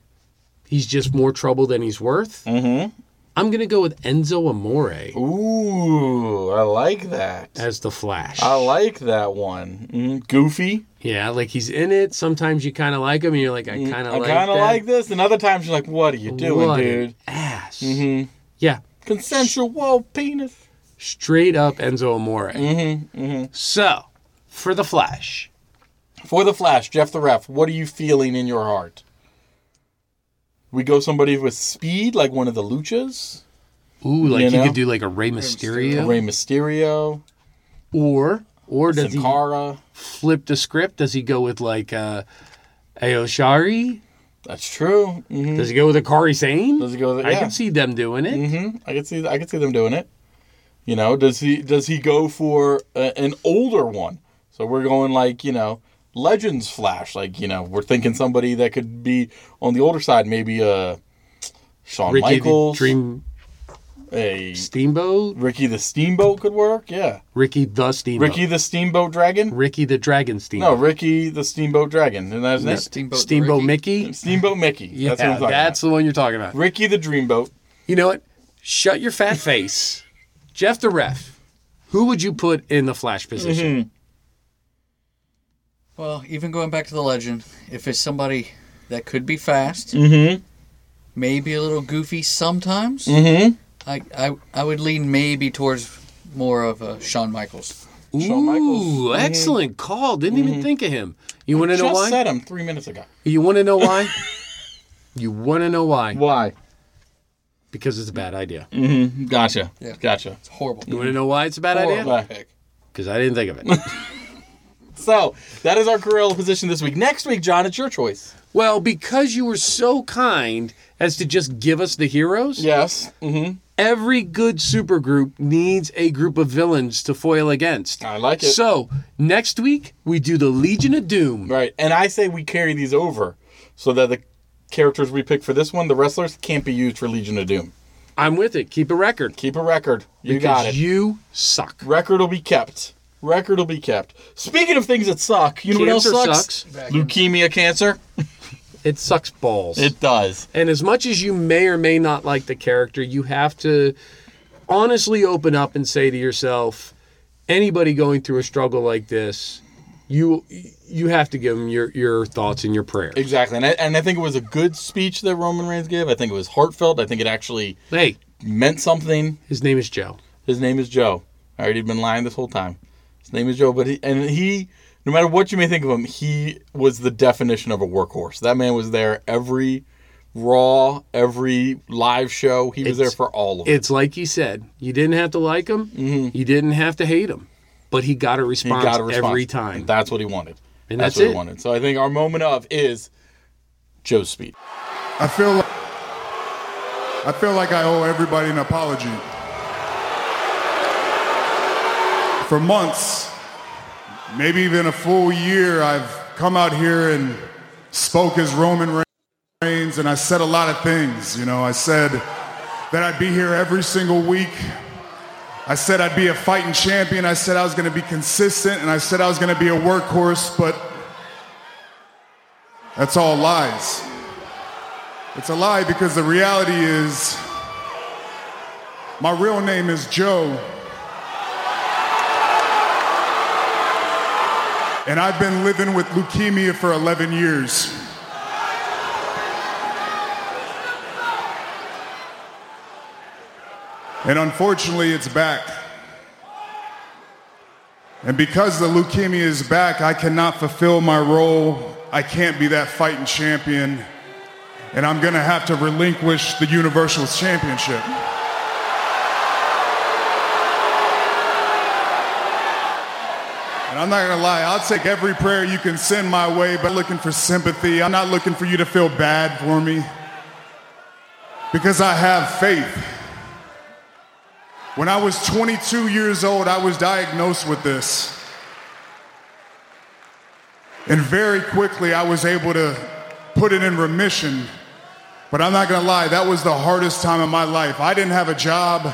he's just more trouble than he's worth. Mm-hmm. I'm going to go with Enzo Amore
Ooh, I like that.
as the Flash.
I like that one. Mm, goofy.
yeah, like he's in it. Sometimes you kind of like him, and you're like, I kind
Mm-hmm.
of
I
like
kind of
that.
like this. And other times you're like, what are you doing,
What an
dude?
Ass.
Mhm.
Yeah,
Consensual penis.
straight up Enzo Amore. Mm-hmm, So, for the Flash,
For the Flash, Jeff the Ref, what are you feeling in your heart? We go somebody with speed, like one of the Luchas,
ooh, like
You
he
know?
could do like a Rey Mysterio,
Rey Mysterio,
or or does
Sin
he
Cara.
flip the script? Does he go with like uh, Aoshari?
That's true. hmm
Does he go with Akari Sane?
Does he go with-
I
yeah.
can see them doing it.
hmm I could see. I could see them doing it. You know, does he does he go for a, an older one? So we're going like you know, Legends Flash. Like you know, we're thinking somebody that could be on the older side, maybe uh, Shawn
Ricky
Michaels,
the Dream
a
Steamboat,
Ricky the Steamboat could work. Yeah,
Ricky the Steamboat,
Ricky the Steamboat Dragon.
Ricky the Dragon
No,
Steamboat,
Ricky the Steamboat Dragon. Isn't that his name?
Steamboat,
Steamboat
Ricky.
Mickey.
Steamboat Mickey.
Yeah,
that's what I'm talking
that's the one you're talking about.
about. Ricky the Dreamboat.
You know what? Shut your fat face. Jeff the ref, who would you put in the flash
Mm-hmm.
position?
Well, even going back to the legend, if it's somebody that could be fast,
Mm-hmm.
maybe a little goofy sometimes,
Mm-hmm.
I, I I would lean maybe towards more of a Shawn Michaels.
Shawn Michaels.
Ooh,
Mhm.
excellent call. Didn't even think of him. You want to know
Just
why?
said him three minutes ago.
You want to know why? you want to know why?
Why?
Because it's a bad idea.
Mm-hmm. Gotcha.
Yeah.
Gotcha.
It's horrible.
You want to know why it's a bad idea?
Horrible
idea?
pick.
Because I didn't think of it.
So that is our Gorilla position this week. Next week, John, it's your choice.
well, because you were so kind as to just give us the heroes,
Yes. Mm-hmm.
every good supergroup needs a group of villains to foil against.
I like it.
So next week we do the Legion of Doom.
right. And I say we carry these over so that the characters we pick for this one, the wrestlers, can't be used for Legion of Doom.
I'm with it. Keep a record.
Keep a record. You
because
got it.
You suck.
Record will be kept. Record will be kept. Speaking of things that suck, you know
Cancer
what else
sucks.
sucks? Leukemia, cancer.
It sucks balls.
It does.
and as much as you may or may not like the character, you have to honestly open up and say to yourself, anybody going through a struggle like this, you you have to give them your your thoughts and your prayers.
Exactly. And I, and I think it was a good speech that Roman Reigns gave. I think it was heartfelt. I think it actually
Hey,
meant something.
his name is Joe.
His name is Joe. I already been lying this whole time. His name is Joe, but he, and he, no matter what you may think of him, he was the definition of a workhorse. That man was there every Raw, every live show. He was there
It's-
for all of it.
It's like he said, you didn't have to like him, you didn't have to hate him, but he got a
Mm-hmm. He
response,
got a response.
every
And
time.
that's what he wanted.
And that's
what
it.
he wanted. So I think our moment of is Joe's speed.
I feel like, I feel like I owe everybody an apology. For months, maybe even a full year, I've come out here and spoke as Roman Reigns, and I said a lot of things. You know, I said that I'd be here every single week. I said I'd be a fighting champion. I said I was going to be consistent, and I said I was going to be a workhorse, but that's all lies. It's a lie because the reality is my real name is Joe. And I've been living with leukemia for 11 years. And unfortunately, it's back. And because the leukemia is back, I cannot fulfill my role. I can't be that fighting champion and I'm going to have to relinquish the Universal Championship. And I'm not going to lie, I'll take every prayer you can send my way, but I'm looking for sympathy. I'm not looking for you to feel bad for me because I have faith. When I was 22 years old, I was diagnosed with this. And very quickly, I was able to put it in remission. But I'm not gonna lie, that was the hardest time of my life. I didn't have a job,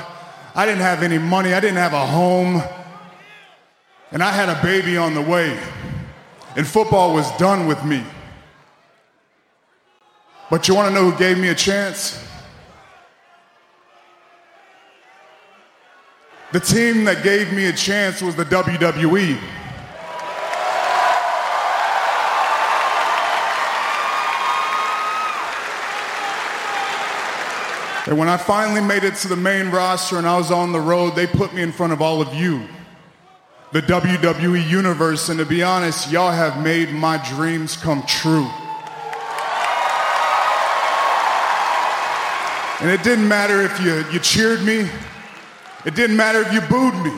I didn't have any money, I didn't have a home, and I had a baby on the way. And football was done with me. But you wanna know who gave me a chance? The team that gave me a chance was the E. WWE. And when I finally made it to the main roster and I was on the road, they put me in front of all of you, the WWE Universe. And to be honest, y'all have made my dreams come true. And it didn't matter if you, you cheered me, it didn't matter if you booed me.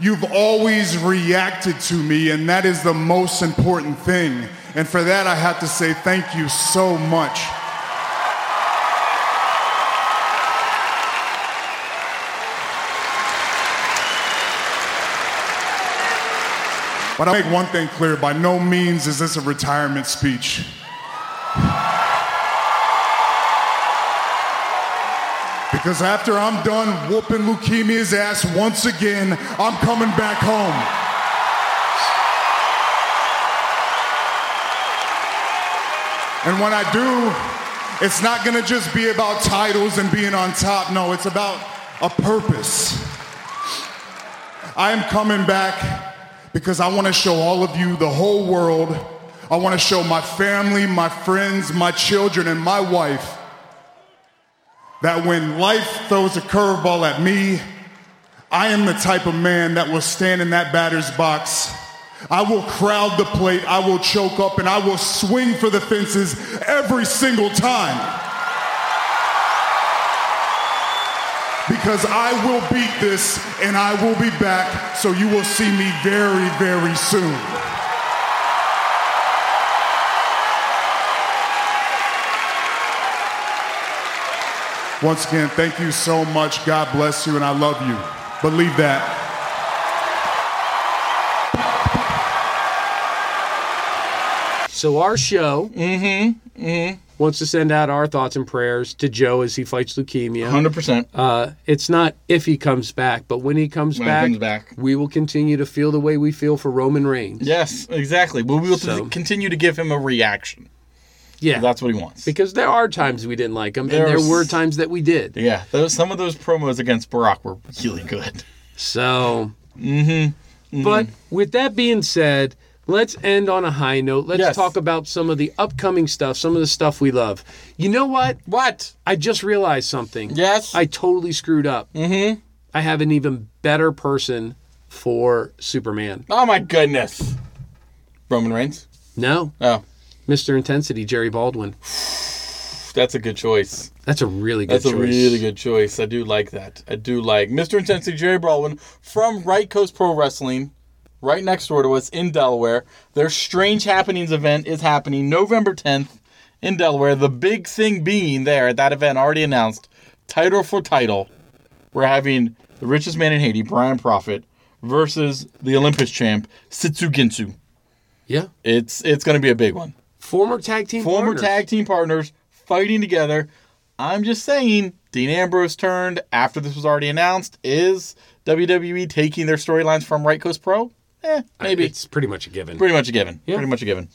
You've always reacted to me, and that is the most important thing. And for that, I have to say thank you so much. But I make one thing clear by no means is this a retirement speech. Because after I'm done whooping leukemia's ass once again, I'm coming back home. And when I do, it's not gonna just be about titles and being on top. No, it's about a purpose. I am coming back because I want to show all of you, the whole world, I want to show my family, my friends, my children, and my wife that when life throws a curveball at me, I am the type of man that will stand in that batter's box. I will crowd the plate, I will choke up, and I will swing for the fences every single time. Because I will beat this and I will be back, so you will see me very, very soon. Once again, thank you so much. God bless you, and I love you. Believe that.
So our show wants to send out our thoughts and prayers to Joe as he fights leukemia.
100%.
Uh, it's not if he comes back, but when he comes,
When he
back,
comes back.
we will continue to feel the way we feel for Roman Reigns.
yes, exactly. But we will
So-
continue to give him a reaction.
Yeah,
That's what he wants.
because there are times we didn't like him, and
There
there
was-
were times that we did.
Yeah, those, some of those promos against Barack were really good.
So,
Mm-hmm,
but with that being said, let's end on a high note. Let's
Yes.
talk about some of the upcoming stuff, some of the stuff we love. You know what?
What?
I just realized something.
Yes.
I totally screwed up. Mm-hmm. I have an even better person for Superman.
Oh my goodness. Roman Reigns.
No,
Oh,
Mr. Intensity, Jerry Baldwin.
that's a good choice.
That's a really good
That's
choice.
a really good choice. I do like that. I do like Mr. Intensity Jerry Baldwin from Right Coast Pro Wrestling, right next door to us in Delaware. Their Strange Happenings event is happening November 10th in Delaware. The big thing being there at that event already announced, title for title, we're having the richest man in Haiti, Brian Prophet, versus the Olympus champ, Sitsu Ginsu.
Yeah.
It's it's going to be a big one.
Former tag team.
former
partners.
tag team partners fighting together. I'm just saying, Dean Ambrose turned after this was already announced. Is WWE taking their storylines from Right Coast Pro? Eh, maybe.
It's pretty much a given.
Pretty much a given.
Yeah.
Pretty much a given.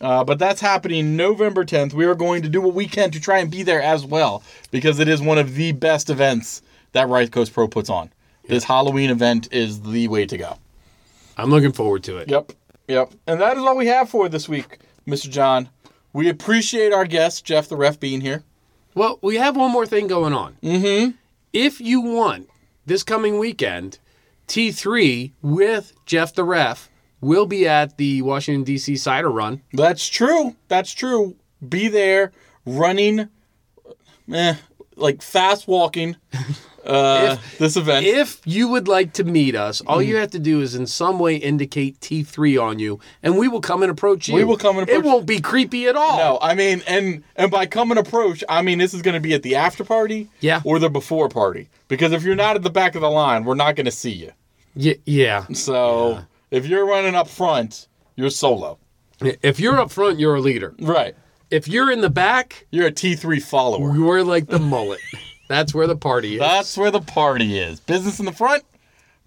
Uh, but that's happening November 10th. We are going to do what we can to try and be there as well because it is one of the best events that Right Coast Pro puts on. This Halloween event is the way to go.
I'm looking forward to it.
Yep. Yep. And that is all we have for this week, Mr. John. We appreciate our guest, Jeff the Ref, being here.
Well, we have one more thing going on. Mm-hmm. If you want this coming weekend, T3 with Jeff the Ref will be at the Washington D.C. Cider Run.
That's true. That's true. Be there running, eh, like fast walking uh, this event.
If you would like to meet us, all
Mm.
you have to do is in some way indicate T3 on you, and we will come and approach you.
We will come and
It
approach-
won't be creepy at all.
no, I mean, and and by come and approach, I mean this is going to be at the after party,
Yeah.
or the before party. Because if you're not at the back of the line, we're not going to see you.
Y- yeah.
So if you're running up front, you're solo,
If you're up front, you're a leader.
right?
If you're in the back,
You're a T three follower.
you're like the mullet. That's where the party is.
That's where the party is. Business in the front,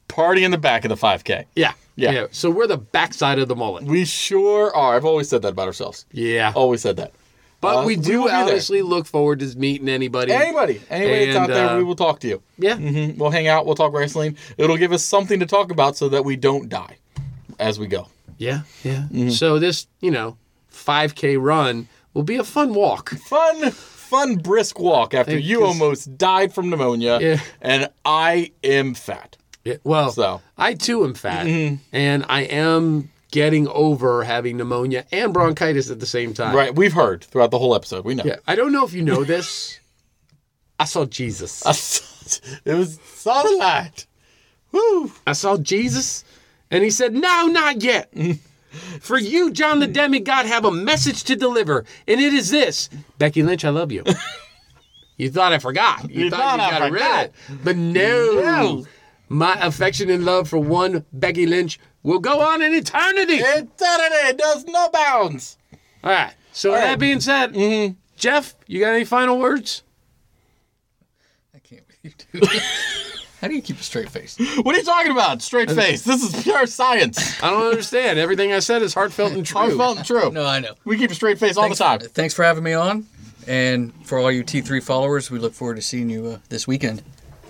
party in the back of the 5K.
yeah.
Yeah.
So we're the backside of the mullet.
We sure are. I've always said that about ourselves.
Yeah.
Always said that.
But
Oh, Uh,
we
we will
do
be there.
honestly look forward to meeting anybody.
Anybody, anybody that's out
And,
there,
uh,
we will talk to you.
Yeah.
Mhm. We'll hang out. We'll talk wrestling. It'll give us something to talk about so that we don't die as we go.
Yeah. Yeah.
Mm-hmm.
So this, you know, 5K run will be a fun walk.
Fun, fun, brisk walk after
Thank-
you
'cause-
almost died from pneumonia,
Yeah.
and I am fat.
Yeah, well,
So. Mm-hmm.
I too am fat, and I am getting over having pneumonia and bronchitis at the same time.
Right, we've heard throughout the whole episode. We know.
Yeah. I don't know if you know this. I saw Jesus.
it was solid light. Woo!
I saw Jesus, and he said, No, not yet. For you, John the Demigod, have a message to deliver, and it is this Becky Lynch, I love you. you thought I forgot. You,
You
thought,
thought I
you got rid
forgot.
of it. But no,
No.
my affection and love for one Becky Lynch will go on in eternity.
Eternity does no bounds.
All right. So, that
right. Mm-hmm.
being said, Jeff, you got any final words?
I can't believe you do this. How do you keep a straight face?
What are you talking about? Straight
Uh,
face. This is pure science.
I don't understand. Everything I said is heartfelt and true.
Heartfelt and true.
No, I know.
We keep a straight face all the time.
Thanks for having me on. And for all you T3 followers, we look forward to seeing you uh, this weekend.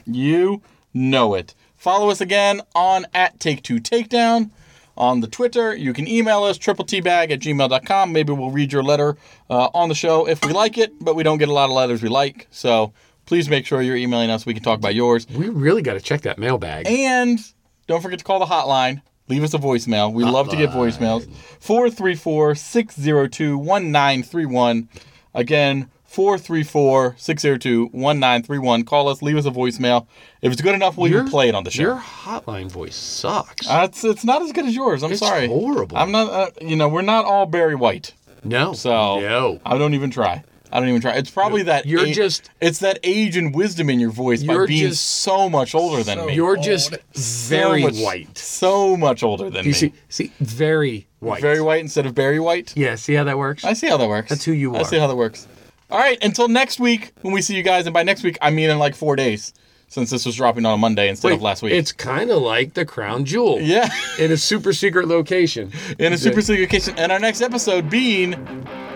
You know it. Follow us again on at Take Two Takedown on the Twitter. You can email us triple tbag at gmail.com. Maybe we'll read your letter uh, on the show if we like it, but we don't get a lot of letters we like. So please make sure you're emailing us. We can talk about yours.
We really got to check that mailbag.
And don't forget to call the hotline. Leave us a voicemail. We love to get voicemails. 434 602 1931. Again, 434 602 1931. Call us. Leave us a voicemail. If it's good enough, we'll even
Your-
play it on the
Your
show.
hotline voice sucks.
Uh, it's, it's not as good as yours. I'm
It's
sorry.
horrible.
I'm not, uh, you know, we're not all Barry White.
no.
So
no.
I don't even try. I don't even try. It's probably that
You're just-
it's that age and wisdom in your voice by
You're
being
just
so much older than me.
You're just very
so much,
white.
So much older than
You
me.
see, see, very white.
Very white instead of Barry White.
Yeah. See how that works?
I see how that works.
That's who you
I
are.
see how that works. All right, until next week when we see you guys, and by next week I mean in like four days, since this was dropping on a Monday instead of last week.
It's kind of like the crown jewel.
yeah,
In a super secret location.
in a super secret occasion, and our next episode being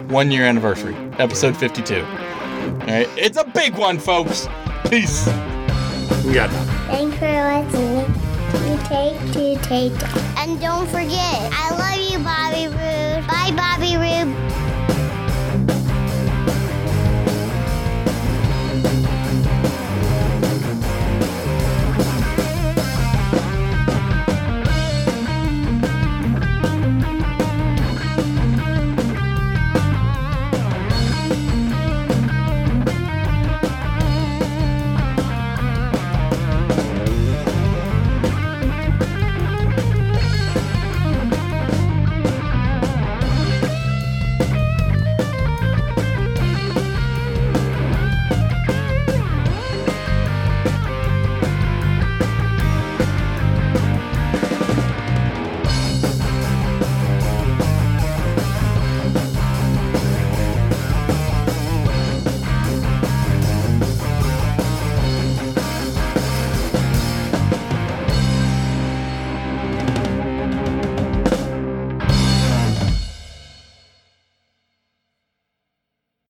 one year anniversary, episode fifty-two. All right, it's a big one, folks. Peace.
We got that.
Thanks for listening. You take, you take. And don't forget, I love you, Bobby Roode. Bye, Bobby Roode.